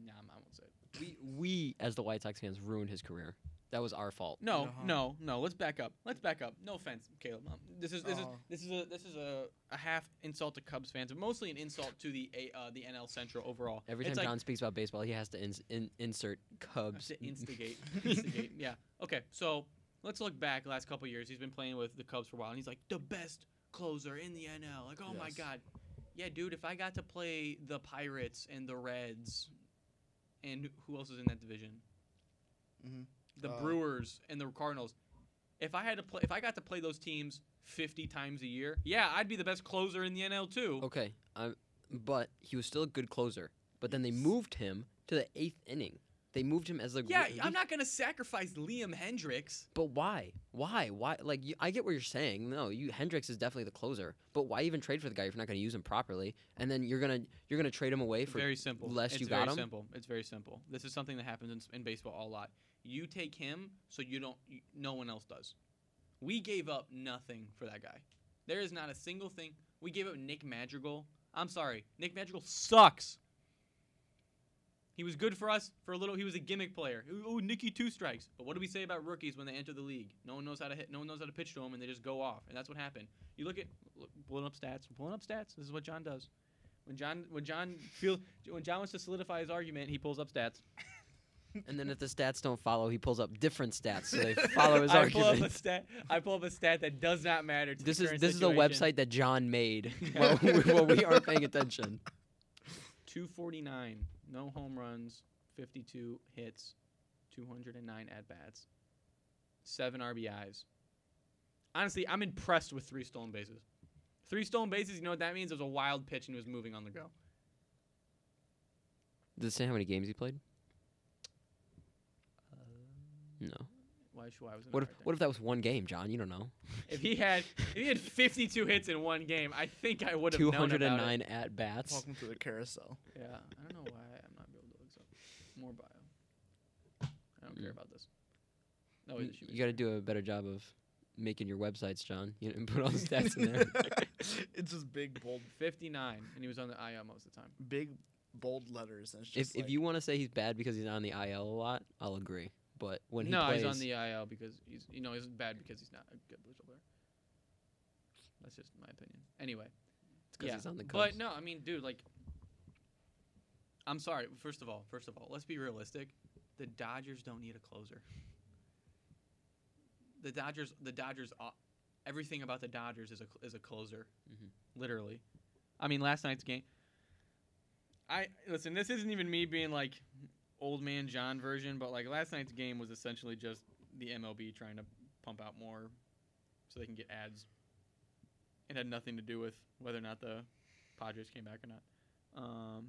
[SPEAKER 2] nah, I won't say it.
[SPEAKER 3] We we as the White Sox fans ruined his career. That was our fault.
[SPEAKER 2] No,
[SPEAKER 1] Uh-huh.
[SPEAKER 2] no, no. Let's back up. Let's back up. No offense, Caleb. Um, this is this
[SPEAKER 1] Oh.
[SPEAKER 2] is this is a this is a, a half insult to Cubs fans, but mostly an insult to the A- uh, the NL Central overall.
[SPEAKER 3] Every time
[SPEAKER 2] It's like-
[SPEAKER 3] John speaks about baseball, he has to ins in, insert
[SPEAKER 2] I
[SPEAKER 3] Cubs.
[SPEAKER 2] said instigate, instigate. Yeah. Okay. So let's look back last couple years. He's been playing with the Cubs for a while, and he's like the best closer in the NL. Like, oh my
[SPEAKER 1] Yes.
[SPEAKER 2] god. Yeah, dude. If I got to play the Pirates and the Reds, and who else is in that division?
[SPEAKER 1] Mhm.
[SPEAKER 2] The
[SPEAKER 1] Uh,
[SPEAKER 2] Brewers and the Cardinals. If I had to play, if I got to play those teams fifty times a year, yeah, I'd be the best closer in the NL too.
[SPEAKER 3] Okay, i but he was still a good closer. But then they
[SPEAKER 1] Yes.
[SPEAKER 3] moved him to the eighth inning. They moved him as the
[SPEAKER 2] Yeah,
[SPEAKER 3] relief-
[SPEAKER 2] I'm not gonna sacrifice Liam Hendricks.
[SPEAKER 3] But why? Why? Why? Like you, I get what you're saying. No, you Hendricks is definitely the closer. But why even trade for the guy if you're not going to use him properly? And then you're gonna you're gonna trade him away for
[SPEAKER 2] very simple.
[SPEAKER 3] less
[SPEAKER 2] it's
[SPEAKER 3] you
[SPEAKER 2] very
[SPEAKER 3] got 'em?
[SPEAKER 2] simple. It's very simple. This is something that happens in, s- in baseball a lot. You take him, so you don't. You, no one else does. We gave up nothing for that guy. There is not a single thing. We gave up Nick Madrigal. I'm sorry, Nick Madrigal sucks. He was good for us for a little. He was a gimmick player. Ooh, ooh, Nicky two strikes. But what do we say about rookies when they enter the league? No one knows how to hit. No one knows how to pitch to them, and they just go off. And that's what happened. You look at look, pulling up stats. Pulling up stats. This is what John does. When John when John feel when John wants to solidify his argument, he pulls up stats.
[SPEAKER 3] and then if the stats don't follow, he pulls up different stats so they follow his
[SPEAKER 2] I pull up a
[SPEAKER 3] argument.
[SPEAKER 2] stat. I pull up a stat that does not matter. To the
[SPEAKER 3] This is
[SPEAKER 2] current
[SPEAKER 3] this is a
[SPEAKER 2] situation.
[SPEAKER 3] website that John made while, we- while we aren't paying attention.
[SPEAKER 2] 249, no home runs, 52 hits, 209 at bats, seven RBIs. Honestly, I'm impressed with three stolen bases. Three stolen bases. You know what that means? It was a wild pitch and he was moving on the go.
[SPEAKER 3] Does it say how many games he played?
[SPEAKER 2] Um,
[SPEAKER 3] No.
[SPEAKER 2] Why should I was?
[SPEAKER 3] What if what if that was one game, John? You don't know.
[SPEAKER 2] if he had if he had 52 hits in one game? I think I would have
[SPEAKER 3] Two
[SPEAKER 2] known about it.
[SPEAKER 3] hundred and nine at bats.
[SPEAKER 1] Welcome to the carousel.
[SPEAKER 2] Yeah, I don't know why I'm not able to look this up. More bio. I don't care
[SPEAKER 3] Mm.
[SPEAKER 2] about this. No,
[SPEAKER 3] You,
[SPEAKER 2] wait, this should be
[SPEAKER 3] got to do a better job of making your websites, John. You know, and put all the stats in there.
[SPEAKER 1] it's just big bold,
[SPEAKER 2] 59, and he was on the IL most of the time.
[SPEAKER 1] big bold letters. And it's
[SPEAKER 3] if
[SPEAKER 1] just
[SPEAKER 3] if you want to say he's bad because he's on the IL a lot, I'll agree. But when he
[SPEAKER 2] no,
[SPEAKER 3] plays,
[SPEAKER 2] he's on the IL because he's you know he's bad because he's not a good baseball player. That's just my opinion. Anyway,
[SPEAKER 3] it's 'cause
[SPEAKER 2] yeah,
[SPEAKER 3] he's on the Cubs.
[SPEAKER 2] but no, I mean, dude, like, I'm sorry. First of all, first of all, let's be realistic. The Dodgers don't need a closer. The Dodgers, the Dodgers, uh, everything about the Dodgers is a cl- is a closer,
[SPEAKER 3] Mhm.
[SPEAKER 2] literally. I mean, last night's game. I listen. This isn't even me being like old man John version, but like last night's game was essentially just the MLB trying to pump out more so they can get ads. It had nothing to do with whether or not the Padres came back or not. Um,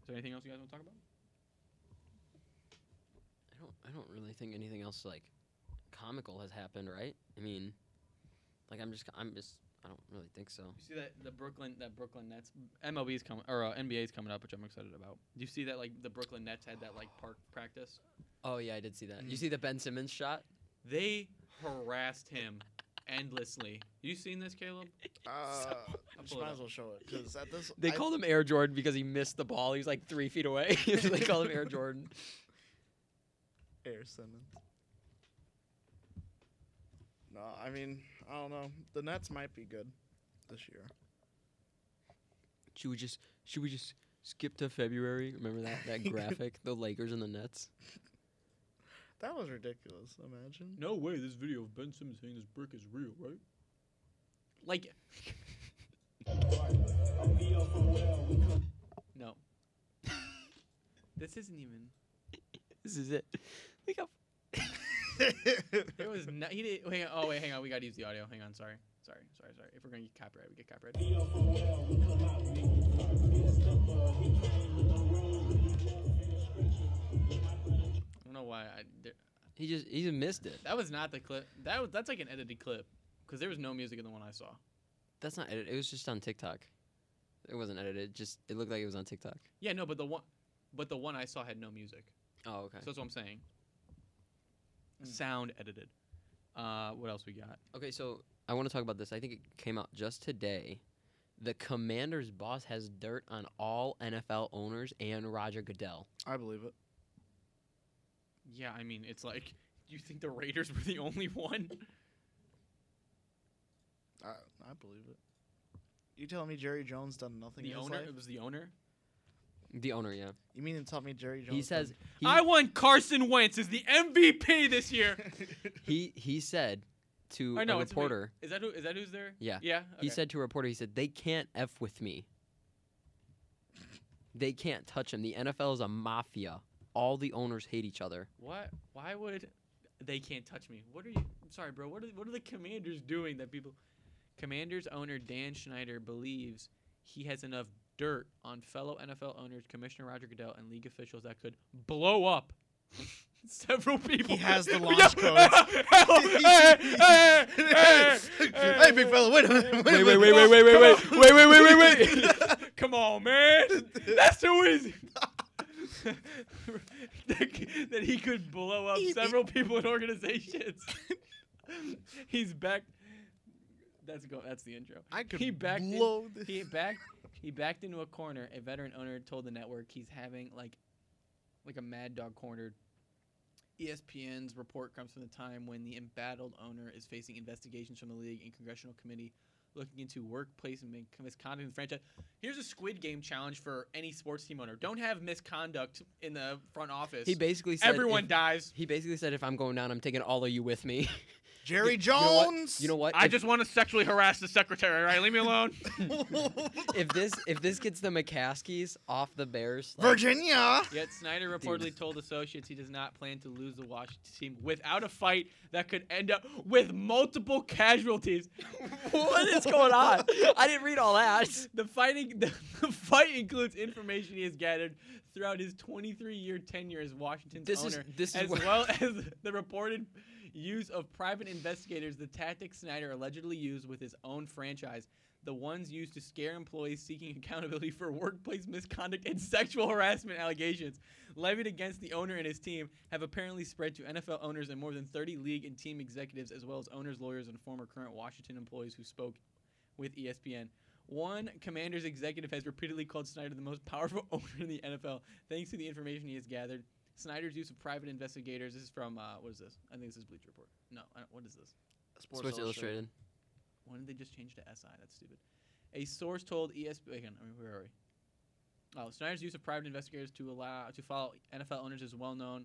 [SPEAKER 2] is there anything else you guys want to talk about?
[SPEAKER 3] I don't I don't really think anything else like comical has happened, right? I mean, like I'm just I'm just I don't really think so.
[SPEAKER 2] You see that the Brooklyn that Brooklyn Nets MLB is coming or uh, NBA is coming up, which I'm excited about. Do you see that like the Brooklyn Nets had that like park practice?
[SPEAKER 3] Oh yeah, I did see that. You
[SPEAKER 1] Mhm.
[SPEAKER 2] Mm.
[SPEAKER 3] see the Ben Simmons shot?
[SPEAKER 2] They harassed him endlessly. You seen this, Caleb?
[SPEAKER 1] uh,
[SPEAKER 2] I'll
[SPEAKER 1] just
[SPEAKER 2] pull it
[SPEAKER 1] might
[SPEAKER 2] up.
[SPEAKER 1] as well show it because at this
[SPEAKER 3] They
[SPEAKER 1] I-
[SPEAKER 3] called him Air Jordan because he missed the ball. He was like three feet away. so they called him Air Jordan.
[SPEAKER 1] Air Simmons. No, I mean I don't know. The Nets might be good this year.
[SPEAKER 3] Should we just should we just skip to February? Remember that that graphic, the Lakers and the Nets.
[SPEAKER 1] That was ridiculous. Imagine.
[SPEAKER 2] No way, this video of Ben Simmons saying this brick is real, right? Like, no. this isn't even.
[SPEAKER 3] This is it. Look up.
[SPEAKER 2] It was not. He did. Wait, oh wait, hang on. We gotta use the audio. Hang on. Sorry, sorry, sorry, sorry. If we're gonna get copyright, we get copyright. I don't know why. I, there,
[SPEAKER 3] He just he just missed it.
[SPEAKER 2] that was not the clip. That was that's like an edited clip, because there was no music in the one I saw.
[SPEAKER 3] That's not edited. It was just on TikTok. It wasn't edited. It just it looked like it was on TikTok.
[SPEAKER 2] Yeah, no, but the one, but the one I saw had no music.
[SPEAKER 3] Oh, okay.
[SPEAKER 2] So that's what I'm saying.
[SPEAKER 1] Mm.
[SPEAKER 2] Sound edited. Uh, what else we got?
[SPEAKER 3] Okay, so I want to talk about this. I think it came out just today. The Commanders boss has dirt on all NFL owners and Roger Goodell.
[SPEAKER 1] I believe it.
[SPEAKER 2] Yeah, I mean, it's like, you think the Raiders were the only one?
[SPEAKER 1] I, I believe it. You telling me Jerry Jones done nothing
[SPEAKER 2] the
[SPEAKER 1] in his
[SPEAKER 2] owner?
[SPEAKER 1] life?
[SPEAKER 2] It was the owner.
[SPEAKER 3] The owner, yeah.
[SPEAKER 1] You mean to tell me Jerry Jones?
[SPEAKER 3] He says he,
[SPEAKER 2] I want Carson Wentz as the MVP this year.
[SPEAKER 1] done-
[SPEAKER 3] he he said to
[SPEAKER 2] I know,
[SPEAKER 3] a
[SPEAKER 2] it's a big-
[SPEAKER 3] reporter.
[SPEAKER 2] Is that who? Is that who's there?
[SPEAKER 3] Yeah.
[SPEAKER 2] Yeah.
[SPEAKER 3] He
[SPEAKER 2] okay.
[SPEAKER 3] said to a reporter, he said, they can't F with me. They can't touch him. The NFL is a mafia. All the owners hate each other.
[SPEAKER 2] "What? Why would they can't touch me? What are you? I'm sorry, bro. What are what are the Commanders doing that people? Commanders owner Dan Schneider believes he has enough dirt on fellow NFL owners, Commissioner Roger Goodell, and league officials that could blow up." Several people.
[SPEAKER 1] has the
[SPEAKER 2] Yeah.
[SPEAKER 1] launch hey,
[SPEAKER 2] hey,
[SPEAKER 1] big fella, wait a minute.
[SPEAKER 3] Wait,
[SPEAKER 1] a
[SPEAKER 3] wait,
[SPEAKER 1] minute.
[SPEAKER 3] wait, wait, wait, wait,
[SPEAKER 1] Come
[SPEAKER 2] wait,
[SPEAKER 1] on.
[SPEAKER 2] wait, wait, wait, wait. Come on, man. That's too easy. that, c- that he could blow up several people and organizations. He's back. That's go. That's the intro.
[SPEAKER 1] I could
[SPEAKER 2] He backed in-
[SPEAKER 1] blow this.
[SPEAKER 2] He backed. He backed into a corner. A veteran owner told the network he's having like, like a mad dog E cornered. ESPN's report comes from the time when the embattled owner is facing investigations from the league and congressional committee looking into workplace and min- misconduct in the franchise. Here's a Squid Game challenge for any sports team owner: don't have misconduct in the front office.
[SPEAKER 3] He basically said,
[SPEAKER 2] Everyone
[SPEAKER 3] if-
[SPEAKER 2] dies.
[SPEAKER 3] he basically said, if I'm going down, I'm taking all of you with me.
[SPEAKER 1] Jerry
[SPEAKER 3] You know what?
[SPEAKER 1] Jones.
[SPEAKER 3] You know what?
[SPEAKER 2] I
[SPEAKER 3] if,
[SPEAKER 2] just want to sexually harass the secretary. Right, leave me alone.
[SPEAKER 3] if this if this gets the McCaskies off the Bears, like,
[SPEAKER 1] Virginia.
[SPEAKER 2] Yet Snyder reportedly told associates he does not plan to lose the Washington team without a fight that could end up with multiple casualties.
[SPEAKER 3] what is going on? I didn't read all that.
[SPEAKER 2] The fighting the, fight includes information he has gathered throughout his 23-year tenure as Washington's
[SPEAKER 3] This is
[SPEAKER 2] owner,
[SPEAKER 3] this is
[SPEAKER 2] as
[SPEAKER 3] what-
[SPEAKER 2] well as the reported use of private investigators, the tactic Snyder allegedly used with his own franchise, the ones used to scare employees seeking accountability for workplace misconduct and sexual harassment allegations levied against the owner and his team, have apparently spread to NFL owners and more than 30 league and team executives, as well as owners, lawyers, and former current Washington employees who spoke with E ESPN. One commander's executive has repeatedly called Snyder the most powerful owner in the NFL, thanks to the information he has gathered. Snyder's use of private investigators. This is from uh, what is this? I think this is Bleacher Report. No, I don't, what is this?
[SPEAKER 3] Sports Illustrated.
[SPEAKER 2] Why did they just change to SI? That's stupid. A source told ESPN. Again, I mean, where are we? Oh, Snyder's use of private investigators to allow to follow NFL owners is well known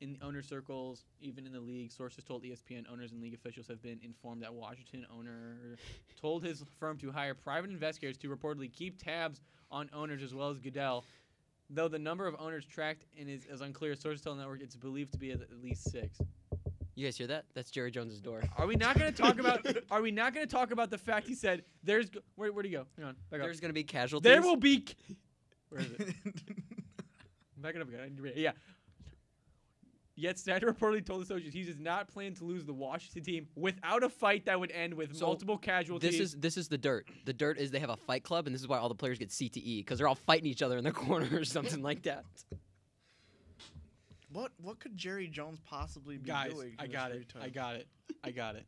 [SPEAKER 2] in the owner circles, even in the league. Sources told E ESPN owners and league officials have been informed that Washington owner told his firm to hire private investigators to reportedly keep tabs on owners as well as Goodell. Though the number of owners tracked and is, is unclear, sources tell the network it's believed to be at at least six.
[SPEAKER 3] You guys hear that? That's Jerry Jones's door.
[SPEAKER 2] Are we not going to talk about? Are we not going to talk about the fact he said there's? g- Where where do you go? Hang on, back up.
[SPEAKER 3] There's gonna be casualties.
[SPEAKER 2] There will be. c- Where is it? Back it up again. I need to read it. Yeah. Yet Snyder reportedly told associates he does not plan to lose the Washington team without a fight that would end with
[SPEAKER 3] So,
[SPEAKER 2] multiple casualties.
[SPEAKER 3] This is this is the dirt. The dirt is they have a fight club, and this is why all the players get CTE because they're all fighting each other in the corner or something like that.
[SPEAKER 1] What what could Jerry Jones possibly be
[SPEAKER 2] guys.
[SPEAKER 1] doing? in
[SPEAKER 2] I
[SPEAKER 1] his
[SPEAKER 2] got
[SPEAKER 1] free
[SPEAKER 2] it. I
[SPEAKER 1] time?
[SPEAKER 2] got it. I got it.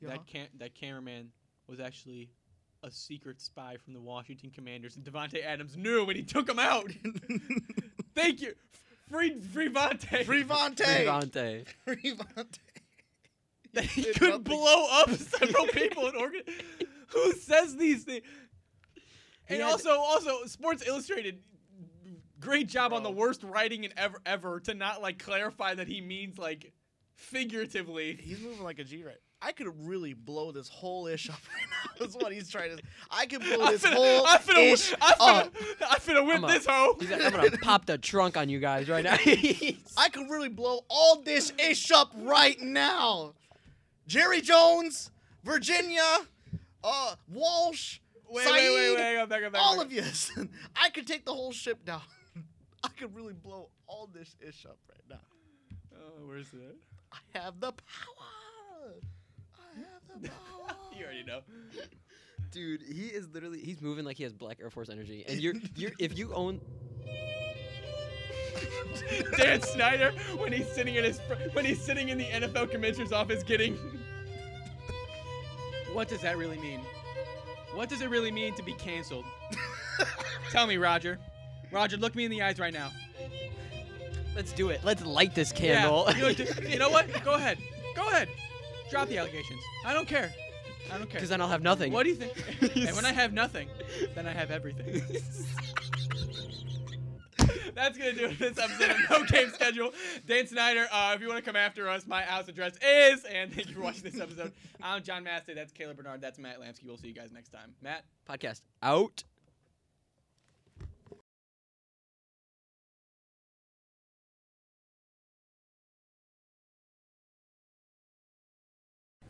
[SPEAKER 1] Yeah.
[SPEAKER 2] That can that cameraman was actually a secret spy from the Washington Commanders, and Devonte Adams knew when he took him out. Thank you, free free Vontae.
[SPEAKER 1] Free Vontae.
[SPEAKER 3] Devontae.
[SPEAKER 1] Free Vontae.
[SPEAKER 2] that he
[SPEAKER 1] did
[SPEAKER 2] could
[SPEAKER 1] nothing.
[SPEAKER 2] blow up several people in Oregon. Who says these things?
[SPEAKER 3] He
[SPEAKER 2] And
[SPEAKER 3] had-
[SPEAKER 2] also, also, Sports Illustrated Great job on the
[SPEAKER 1] Oh.
[SPEAKER 4] Bro.
[SPEAKER 2] worst writing in ever ever to not like clarify that he means like figuratively.
[SPEAKER 1] He's moving like a G right. I could really blow this whole ish up right now. That's what he's trying to. I could blow this whole
[SPEAKER 2] I finna,
[SPEAKER 1] ish
[SPEAKER 2] I finna,
[SPEAKER 1] up.
[SPEAKER 2] I finna whip
[SPEAKER 3] I'm a-
[SPEAKER 2] this hoe.
[SPEAKER 3] He's like, I'm gonna pop the trunk on you guys right now. He's-
[SPEAKER 1] I could really blow all this ish up right now. Jerry Jones, Virginia, uh, Walsh,
[SPEAKER 2] Wait, wait, wait,
[SPEAKER 1] Saeed,
[SPEAKER 2] wait, hang on, back up, back up,
[SPEAKER 1] all of
[SPEAKER 2] back
[SPEAKER 1] you. I could take the whole ship down. I could really blow all this ish up right now.
[SPEAKER 2] up. Oh, where's that?
[SPEAKER 1] I have the power. I have the power.
[SPEAKER 2] You already know.
[SPEAKER 3] Dude, he is literally he's moving like he has black Air Force energy. And you're you're if you own
[SPEAKER 2] Dan Snyder when he's sitting in his when he's sitting in the NFL commissioner's office getting. what does that really mean? What does it really mean to be canceled? Tell me, Roger. Roger, look me in the eyes right now.
[SPEAKER 3] let's do it. Let's light this
[SPEAKER 2] Yeah,
[SPEAKER 3] candle.
[SPEAKER 2] you, look- you know what? Go ahead. Go ahead. Drop the allegations. I don't care. I don't care.
[SPEAKER 3] Because then I'll have nothing.
[SPEAKER 2] What do you think? and when I have nothing, then I have everything. That's gonna do it this episode of No Game Schedule. Dan Snyder, uh, if you want to come after us, my house address is. And thank you for watching this episode. I'm John Massey. That's Caleb Bernard. That's Matt Lamsky. We'll see you guys next time. Matt.
[SPEAKER 3] podcast out?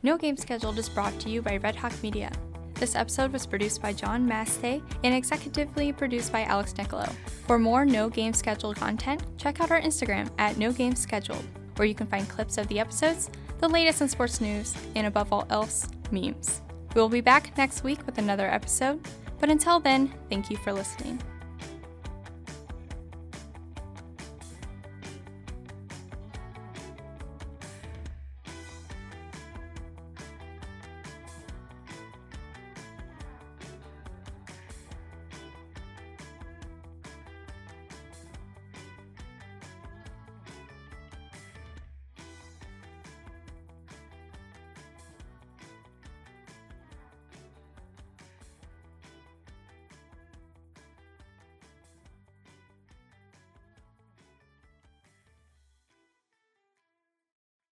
[SPEAKER 5] No Game Scheduled is brought to you by Red Hawk Media. This episode was produced by John Mastey and executively produced by Alex Nicolo. For more No Game Scheduled content, check out our Instagram at No Game Scheduled, where you can find clips of the episodes, the latest in sports news, and above all else, memes. We will be back next week with another episode, but until then, thank you for listening.